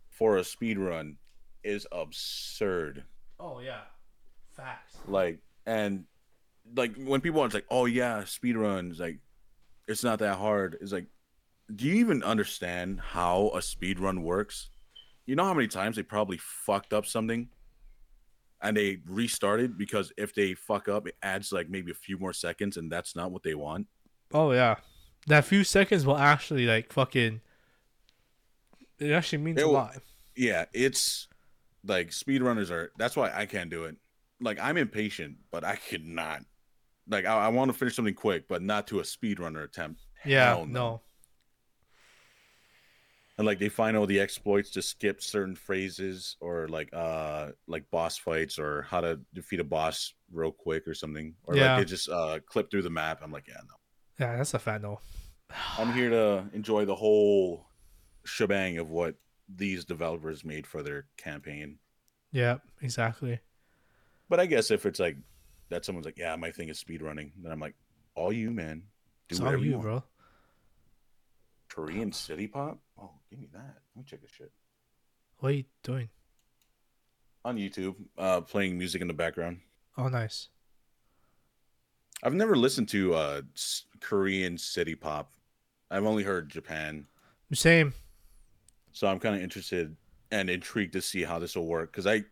for a speed run is absurd Oh yeah, facts. like and like when people are like oh yeah speed runs like it's not that hard it's like do you even understand how a speed run works you know how many times they probably fucked up something and they restarted because if they fuck up it adds like maybe a few more seconds and that's not what they want Oh yeah, that few seconds will actually like fucking. It actually means It a will- lot. yeah, it's like speedrunners are. That's why I can't do it. Like I'm impatient, but I could not. Like I, I want to finish something quick, but not to a speedrunner attempt. Yeah, Hell no. And like they find all the exploits to skip certain phrases or like uh like boss fights or how to defeat a boss real quick or something. Or Yeah. like they just uh clip through the map. I'm like, yeah, no. Yeah, that's a fat no. I'm here to enjoy the whole shebang of what these developers made for their campaign. Yeah, exactly. But I guess if it's like that, someone's like, "Yeah, my thing is speedrunning," then I'm like, "All you, man. Do it's whatever all you, you, want." bro. Korean city pop. Oh, give me that. Let me check this shit What are you doing? on YouTube. Uh, playing music in the background. Oh, nice. I've never listened to uh s- Korean city pop. I've only heard Japan, Same. so I'm kind of interested and intrigued to see how this will work because I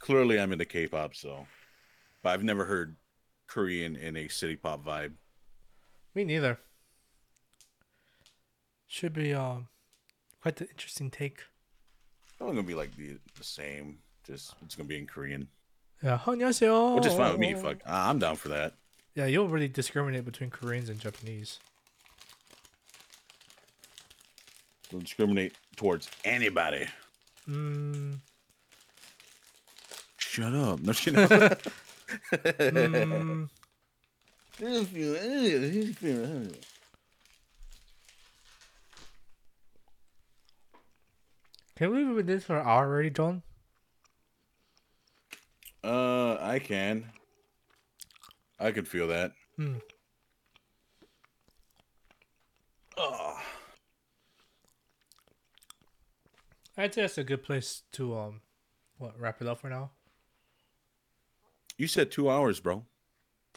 clearly I'm into K-pop, so but I've never heard Korean in a city pop vibe. Me neither. Should be um quite the interesting take. It's gonna be like the, the same. Just it's gonna be in Korean, Yeah, 안녕하세요. which is fine with me. Oh, Fuck, I- I'm down for that. Yeah, you'll really discriminate between Koreans and Japanese. Don't discriminate towards anybody. Mm, Shut up. No, you know. mm, can we believe we did for an hour already, John? uh, I can. I could feel that. Hmm. Ah. I'd say that's a good place to um, what wrap it up for now. you said two hours, bro.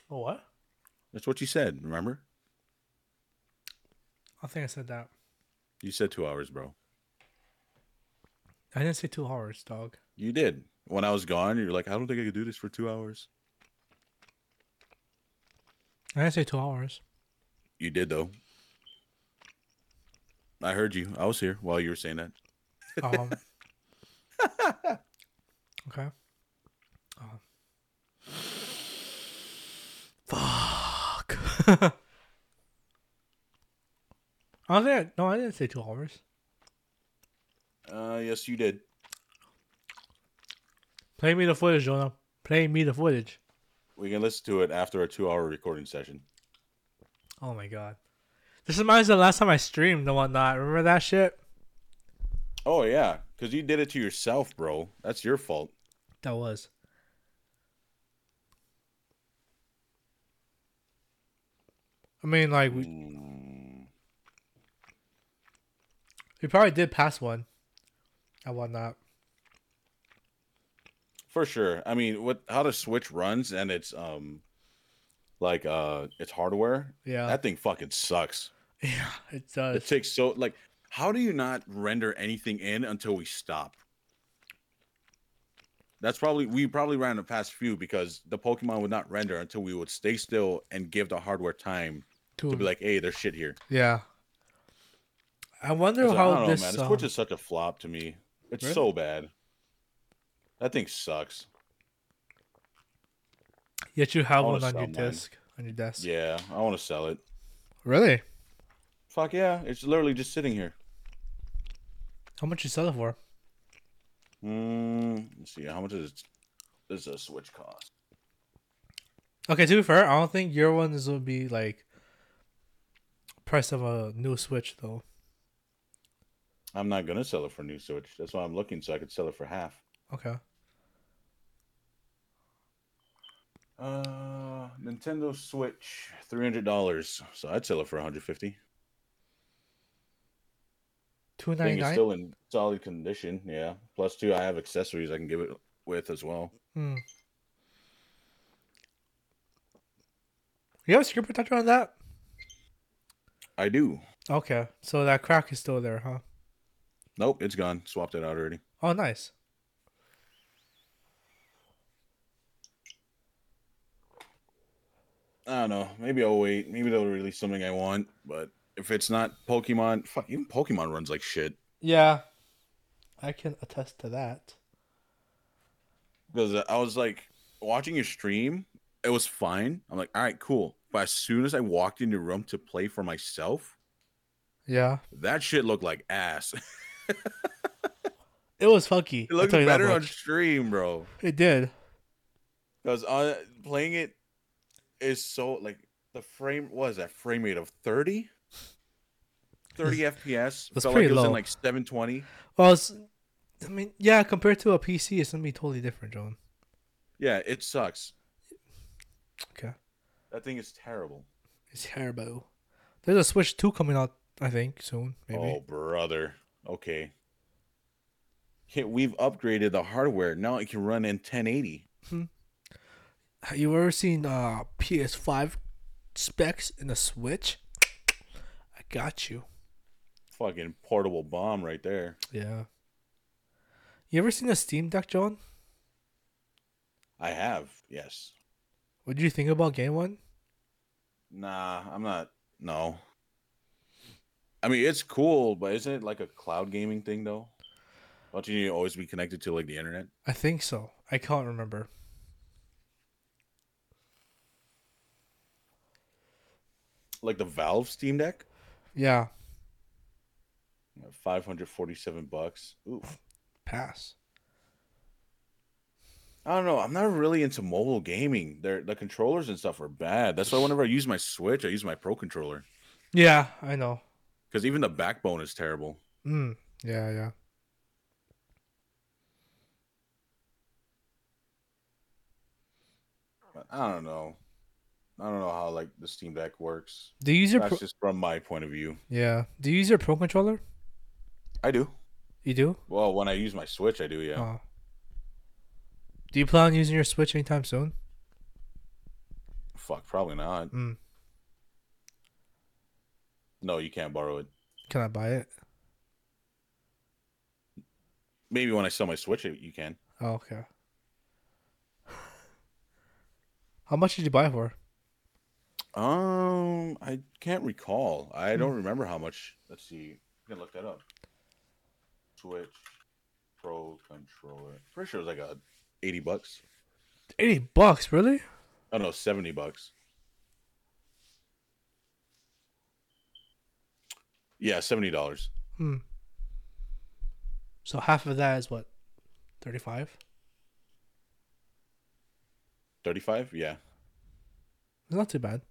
Oh what? That's what you said. Remember? I think I said that. You said two hours, bro. I didn't say two hours, dog. You did. When I was gone, you're like, I don't think I could do this for two hours. I didn't say two hours. You did though. I heard you. I was here while you were saying that. Um, okay. Um, fuck. I was there. No, I didn't say two hours. Uh, yes, you did. Play me the footage, Jonah. Play me the footage. We can listen to it after a two-hour recording session. Oh my god. This reminds me of the last time I streamed and whatnot. Remember that shit? Oh yeah, because you did it to yourself, bro. That's your fault. That was. I mean, like, we, Mm, we probably did pass one and whatnot. for sure. I mean, what? How the Switch runs and it's um, like uh, it's hardware. Yeah. That thing fucking sucks. yeah, it It does. takes so like. How do you not render anything in until we stop? That's probably we probably ran the past few because the Pokemon would not render until we would stay still and give the hardware time Cool. to be like, "Hey, there's shit here." yeah. I wonder It's like, how I don't this. know, man. The um, Switch is such a flop to me. It's Really? so bad. That thing sucks. Yet you have I wanna one on sell your mine. desk. On your desk. Yeah, I want to sell it. Really? Fuck yeah, it's literally just sitting here. How much you sell it for? Mm, let's see, how much does does a Switch cost? Okay, to be fair, I don't think your ones will be like price of a new Switch though. I'm not gonna sell it for a new Switch. That's why I'm looking so I could sell it for half. Okay. Uh, Nintendo Switch, three hundred dollars. So I'd sell it for 150. Two ninety Thing is nine. still in solid condition. Yeah. Plus two, I have accessories I can give it with as well. Hmm. You have a screen protector on that? I do. Okay, so that crack is still there, huh? Nope, it's gone. Swapped it out already. Oh, nice. I don't know. Maybe I'll wait. Maybe they'll release something I want. But if it's not Pokemon, fuck, even Pokemon runs like shit. Yeah, I can attest to that. Because I was like watching your stream, it was fine. I'm like, all right, cool. But as soon as I walked in your room to play for myself, Yeah, that shit looked like ass. it was funky. It looked I'll tell you that better on much. stream, bro. It did. Because playing it is so like the frame what is that frame rate of 30? 30 FPS. that's Felt like pretty it was low. in like 720. Well, it's, I mean, yeah, compared to a PC, it's gonna be totally different, John. Yeah, it sucks. Okay, That thing is terrible. it's terrible. There's a Switch Two coming out, I think, soon. Maybe. Oh brother. Okay. Okay, we've upgraded the hardware. Now it can run in 1080. Have you ever seen uh PS5 specs in a Switch? I got you. Fucking portable bomb right there. Yeah. You ever seen a Steam Deck, John? I have. Yes. What do you think about game one? Nah, I'm not. No. I mean, it's cool, but isn't it like a cloud gaming thing though? Don't you need to always be connected to like the internet? I think so. I can't remember. Like the Valve Steam Deck, Yeah, five hundred forty-seven bucks. Ooh, pass. I don't know. I'm not really into mobile gaming. They're, the controllers and stuff are bad. That's why whenever I use my Switch, I use my Pro controller Yeah, I know. because even the backbone is terrible. Mm. Yeah, yeah. But I don't know. I don't know how like the Steam Deck works. Do you use your That's pro- just from my point of view. yeah? Do you use your pro controller? I do. You do? Well, when I use my Switch, I do. Yeah. Oh. Do you plan on using your Switch anytime soon? Fuck, probably not. Mm. No, you can't borrow it. Can I buy it? Maybe when I sell my Switch, it- you can. Oh, okay. How much did you buy it for? Um, I can't recall. Hmm. I don't remember how much. Let's see. I can look that up. Switch Pro controller. Pretty sure it was like a eighty bucks. Eighty bucks, really? Oh no, seventy bucks. Yeah, seventy dollars. Hmm. So half of that is what, thirty-five? Thirty-five. Yeah. Not too bad.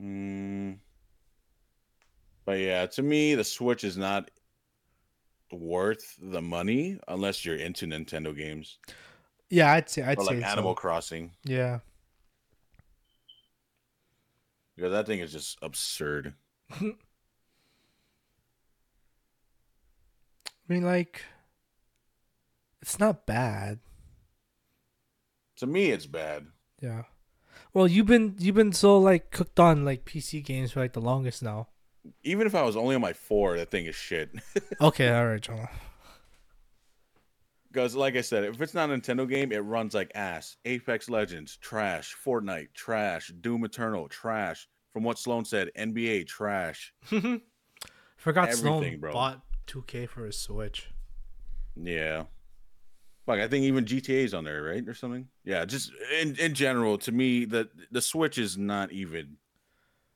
Mm. But yeah, to me, the Switch is not worth the money unless you're into Nintendo games Yeah, I'd say I'd or say like so. Animal Crossing Yeah, because that thing is just absurd. I mean like, it's not bad. To me, it's bad. Yeah. Well, you've been you've been so like cooked on like PC games for like the longest now. Even if I was only on my four, that thing is shit. Okay, all right, Jonah. Because, like I said, if it's not a Nintendo game, it runs like ass. Apex Legends, trash. Fortnite, trash. Doom Eternal, trash. From what Sloan said, NBA, trash. Forgot Everything, Sloan bro. bought 2K for his Switch. Yeah. Fuck, I think even GTA's on there, right? Or something. Yeah, just in, in general, to me, the the Switch is not even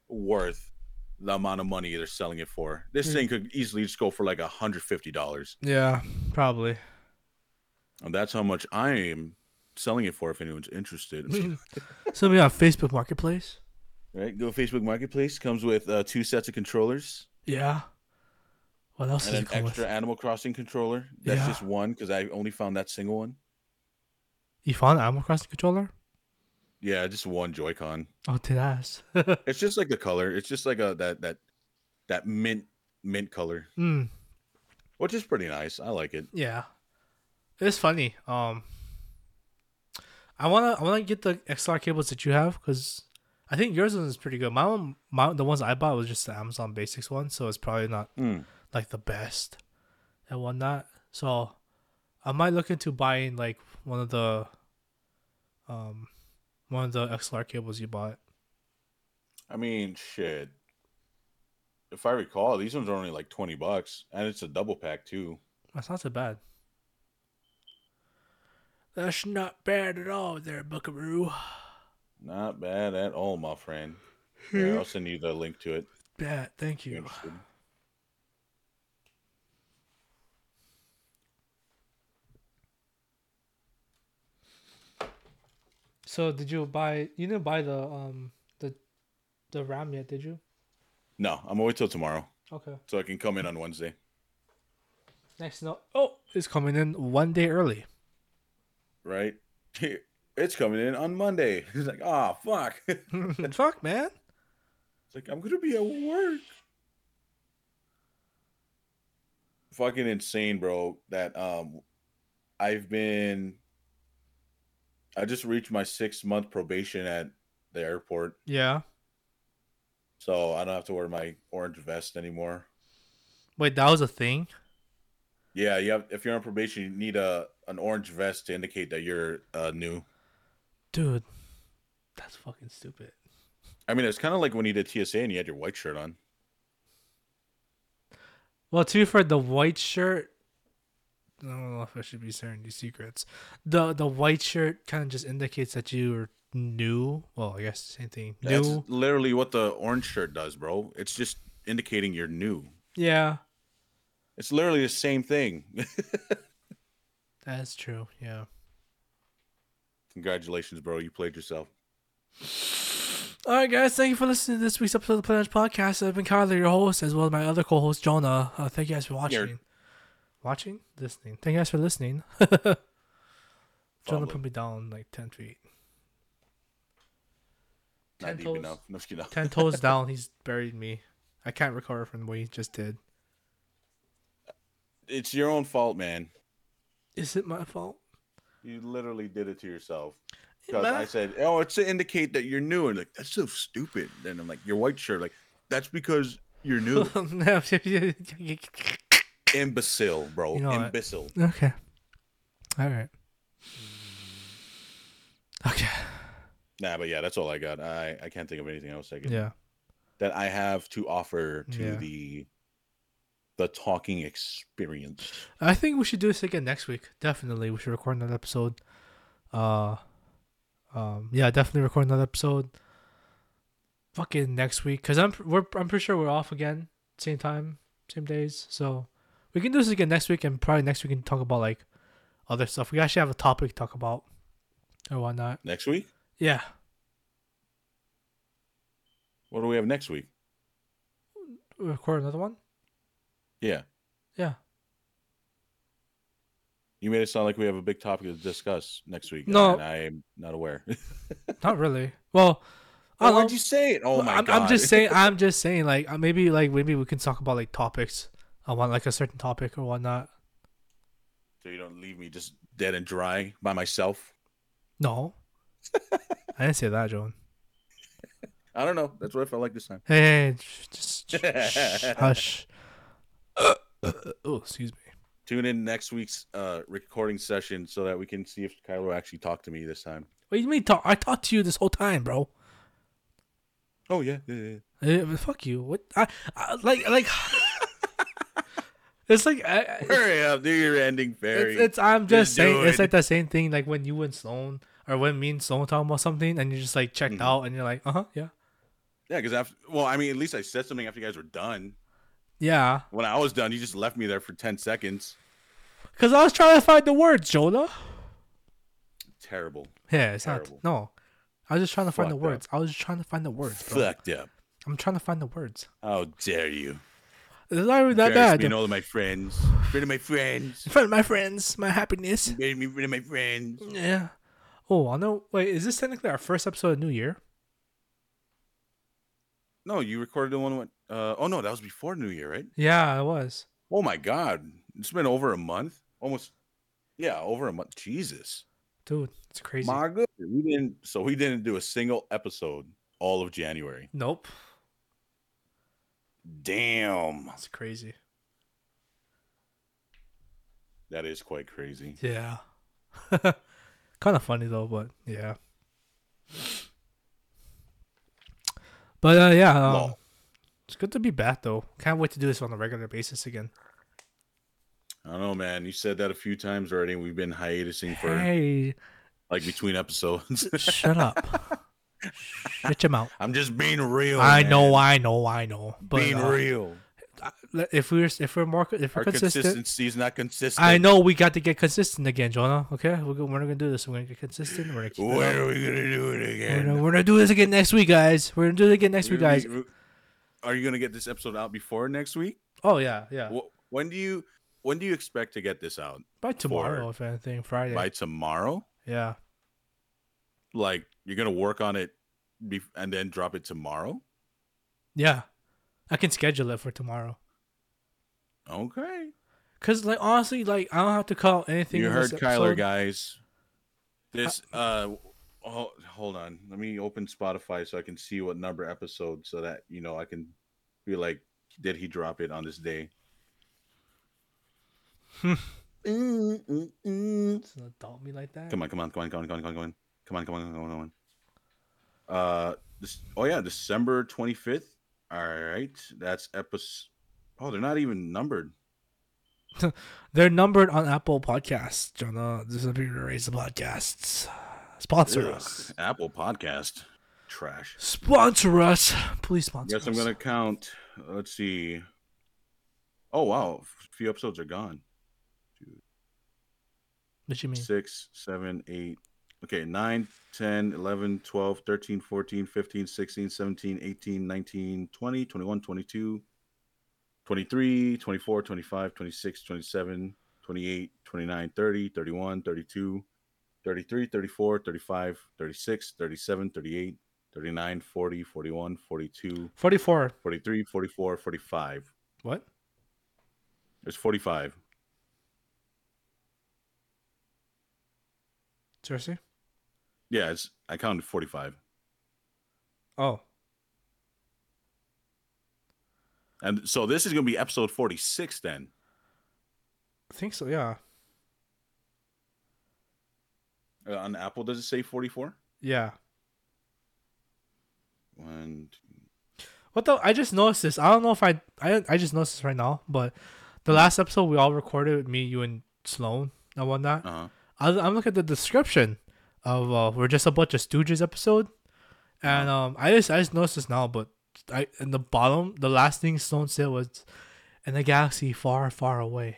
worth the amount of money they're selling it for. This Hmm. thing could easily just go for like hundred fifty dollars. Yeah, probably. And that's how much I am selling it for if anyone's interested. Somebody on Facebook Marketplace. right? Go to Facebook Marketplace, comes with uh, two sets of controllers Yeah. What else and does an it come extra with? Animal Crossing controller. That's Yeah. just one because I only found that single one. You found an Animal Crossing controller? Yeah, just one Joy-Con. Oh, did ass. It's just like the color. It's just like a that that that mint mint color, mm, which is pretty nice. I like it. yeah. It's funny. Um, I wanna I wanna get the XLR cables that you have because I think yours one is pretty good. My one, my the ones I bought was just the Amazon Basics one, so it's probably not Mm. like the best and whatnot. So I might look into buying like one of the um one of the XLR cables you bought. I mean, shit. If I recall, these ones are only like twenty bucks, and it's a double pack too. That's not so bad. That's not bad at all there, Buckaroo. Not bad at all, my friend. Here, I'll send you the link to it. Bad, thank if you're you. interested. So did you buy you didn't buy the um the the RAM yet, did you? No, I'm gonna wait till tomorrow Okay. so I can come in on Wednesday. Next note Oh, it's coming in one day early. Right? It's coming in on Monday. It's like, ah, fuck. it's Fuck man. like I'm gonna be at work. Fucking insane, bro. That um, I've been. I just reached my six month probation at the airport, Yeah. so I don't have to wear my orange vest anymore. Wait, that was a thing? Yeah, you have. If you're on probation, you need a an orange vest to indicate that you're uh, new. Dude, that's fucking stupid. I mean, it's kind of like when you did TSA and you had your white shirt on. Well, too for the white shirt. I don't know if I should be sharing these secrets. The the white shirt kind of just indicates that you're new. Well, I guess same thing. New. That's literally what the orange shirt does, bro. It's just indicating you're new. yeah, It's literally the same thing. that's true. Yeah. Congratulations, bro. You played yourself. All right, guys. Thank you for listening to this week's episode of the Planet Podcast. I've been Kyler, your host, as well as my other co-host Jonah. Uh, thank you guys for watching. Here. Watching, listening. Thank you guys for listening. Jonah put me down like ten feet, Not deep Tentos. enough. No, just kidding. ten toes down. He's buried me. I can't recover from what he just did. It's your own fault, man. Is it my fault? You literally did it to yourself. Yeah, Because man. I said, "Oh, it's to indicate that you're new," and like that's so stupid. Then I'm like, "Your white shirt, like that's because you're new, okay. imbecile, bro, You know what? imbecile." All right. Okay. Nah, but yeah, that's all I got. I I can't think of anything else I can, Yeah. that I have to offer to Yeah. the the talking experience. I think we should do this again next week. Definitely, we should record another episode. Uh, um, yeah, definitely record another episode. Fucking next week, cause I'm we're I'm pretty sure we're off again, same time, same days. So we can do this again next week, and probably next week we can talk about like other stuff. We actually have a topic to talk about or whatnot. Next week, Yeah, what do we have next week? we record another one. Yeah, Yeah. you made it sound like we have a big topic to discuss next week. No. and I'm not aware. Not really. Well, I Oh, don't know. why'd you say it? Oh my I'm, god! I'm just saying. I'm just saying. Like uh, maybe, like maybe we can talk about like topics. I want like a certain topic or whatnot. so you don't leave me just dead and dry by myself. No, I didn't say that, John. I don't know. That's what I felt like this time. Hey, hey, sh- just sh- sh- hush. oh, excuse me. Tune in next week's uh, recording session so that we can see if Kylo actually talked to me this time. What do you mean talk? I talked to you this whole time, bro. Oh yeah, yeah, yeah. Eh, but fuck you. What? I, I like like. it's like I, I- Hurry up, do your ending fairy. it's, it's I'm just, Just do saying it's it. like the same thing like when you and Sloan or when me and Sloan talking about something and you're just like checked Mhm. out and you're like uh huh yeah yeah, because after well, I mean, at least I said something after you guys were done. yeah When I was done, you just left me there for ten seconds. Because I was trying to find the words, Jonah. Terrible. Yeah, it's Terrible. not. No. I was just trying to find the Fucked words. I was just trying to find the words, bro. Fucked up. I'm trying to find the words. How dare you? It's not even that Embarrassed bad. me In and all of my friends. Rid of my friends. front of my friends, my happiness. Made me rid of my friends. Yeah. Oh, I know. Wait, is this technically our first episode of New Year? No, you recorded the one. When, uh, oh no, that was before New Year, right? Yeah, it was. Oh my God, it's been over a month, almost. Yeah, over a month. Jesus. Dude, it's crazy. My good. We didn't. So we didn't do a single episode all of January. nope. Damn. It's crazy. That is quite crazy. Yeah. kind of funny though, but yeah. But uh, yeah, um, Lol. it's good to be back though. Can't wait to do this on a regular basis again. I don't know, man. You said that a few times already. We've been hiatusing for Hey, like between episodes. shut up. Shut your mouth. I'm just being real. I Oh, man. know, I know, I know. But being uh, real. I- if we're if we're more if we're Our consistent, consistency is not consistent. I know we got to get consistent again, Jonah. Okay, we're, go- we're not gonna do this. We're gonna get consistent. We're gonna keep it When up. are we gonna do it We're gonna, again? we're gonna do this again next week, guys. We're gonna do it again next We're week, gonna guys. be- Are you gonna get this episode out before next week? Oh yeah, yeah. Wh- When do you when do you expect to get this out? By tomorrow, if anything, Friday. By tomorrow? yeah. Like you're gonna work on it, be- and then drop it tomorrow? Yeah. I can schedule it for tomorrow. Okay. Cause like honestly, like I don't have to call anything. You in heard this Kyler, episode. guys. This uh, oh, hold on. Let me open Spotify so I can see what number episode, so that you know I can be like, did he drop it on this day? Hmm. Mm, mm, mm. It's not doubt me like that. Come on, come on, come on, come on, come on, come on, come on, come on, come on, come on, come on. Uh, this. Oh yeah, December twenty fifth. All right, that's episode. Oh, they're not even numbered. They're numbered on Apple Podcasts, Jonah. This is a big raise the podcasts. Sponsor Ugh, us. Apple Podcast. Trash. Sponsor us. Please sponsor Yes, us. I'm gonna count. uh, Let's see. Oh wow, a few episodes are gone. What you mean? Six, seven, eight. Okay, 9, 10, 11, 12, 13, 14, 15, 16, 17, 18, 19, 20, 21, 22, 23, 24, 25, 26, 27, 28, 29, 30, 31, 32, 33, 34, 35, 36, 37, 38, 39, 40, 41, 42, 44. 43, 44, 45. What? There's 45. Seriously? Yeah, it's, I counted 45. Oh. And so this is going to be episode 46 then. I think so, yeah. Uh, on Apple, does it say 44? Yeah. One, two- What the? I just noticed this. I don't know if I, I, I just noticed this right now, but the last episode we all recorded with me, you, and Sloan and whatnot. uh-huh. I, I'm looking at the description of uh, we're just a bunch of Stooges episode, and um, I just I just noticed this now, but I in the bottom the last thing Sloan said was, "In a galaxy far, far away."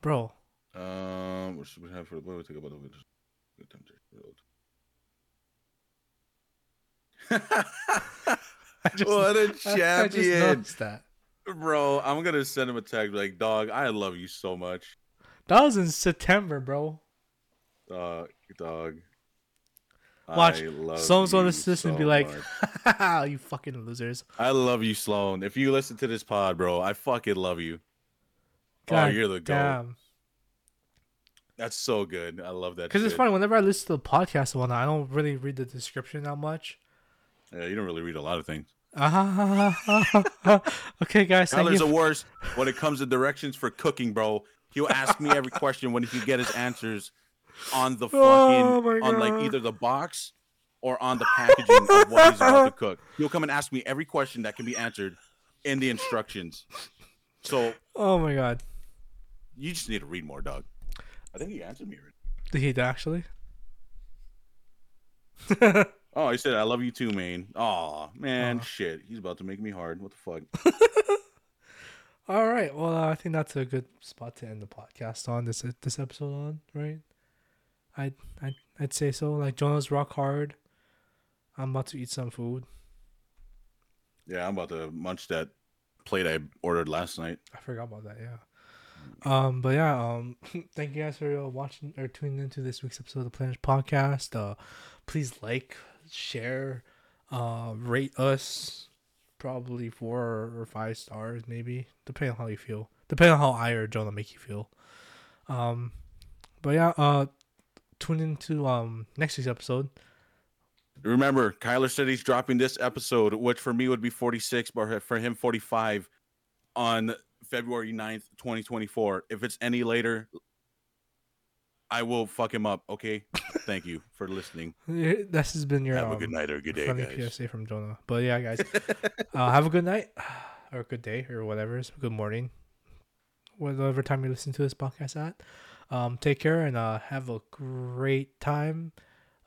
Bro, Um, what should we have for what do we think about the good time to reload? I just, What a I just champion. noticed that. Bro, I'm gonna send him a text like, "Dog, I love you so much." That was in September, bro. Dog, dog. Watch, I love Sloan's gonna you listen to this and so be like, much. "You fucking losers." "I love you, Sloan. If you listen to this pod, bro, I fucking love you." oh, God you're the goat. Damn. That's so good. I love that. Because it's shit. funny. Whenever I listen to the podcast and whatnot, I don't really read the description that much. Yeah, you don't really read a lot of things. Ah, okay, guys. Thank Tyler's you. the worst when it comes to directions for cooking, bro. He'll ask me every question when he can get his answers on the fucking Oh my on God. like either the box or on the packaging of what he's about to cook. He'll come and ask me every question that can be answered in the instructions. So oh my god, you just need to read more, dog. I think he answered me. already. did he actually? Oh, he said, "I love you too, man." Aw, man, shit, he's about to make me hard. What the fuck? All right. Well, uh, I think that's a good spot to end the podcast on this uh, this episode on, right? I I I'd say so. Like Jonah's rock hard. I'm about to eat some food. Yeah, I'm about to munch that plate I ordered last night. I forgot about that. Yeah. Um, but yeah, um, thank you guys for uh, watching or tuning into this week's episode of the Planet Podcast. Uh, please like, share, uh, rate us probably four or five stars, maybe depending on how you feel, depending on how I or Jonah make you feel. Um, but yeah, uh, tune into um next week's episode. Remember, Kyler said he's dropping this episode, which for me would be 46, but for him, 45 on February 9th, 2024. If it's any later, I will fuck him up. Okay. Thank you for listening. This has been your Have a um, good night or a good day, friendly guys. PSA from Jonah. But yeah, guys, uh, have a good night or good day or whatever. It's good morning, whatever time you listen to this podcast at. Um, take care and uh, have a great time.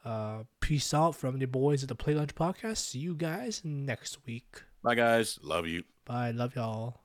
Uh, peace out from the boys at the Play Lunch Podcast. See you guys next week. Bye, guys. Love you. Bye. Love y'all.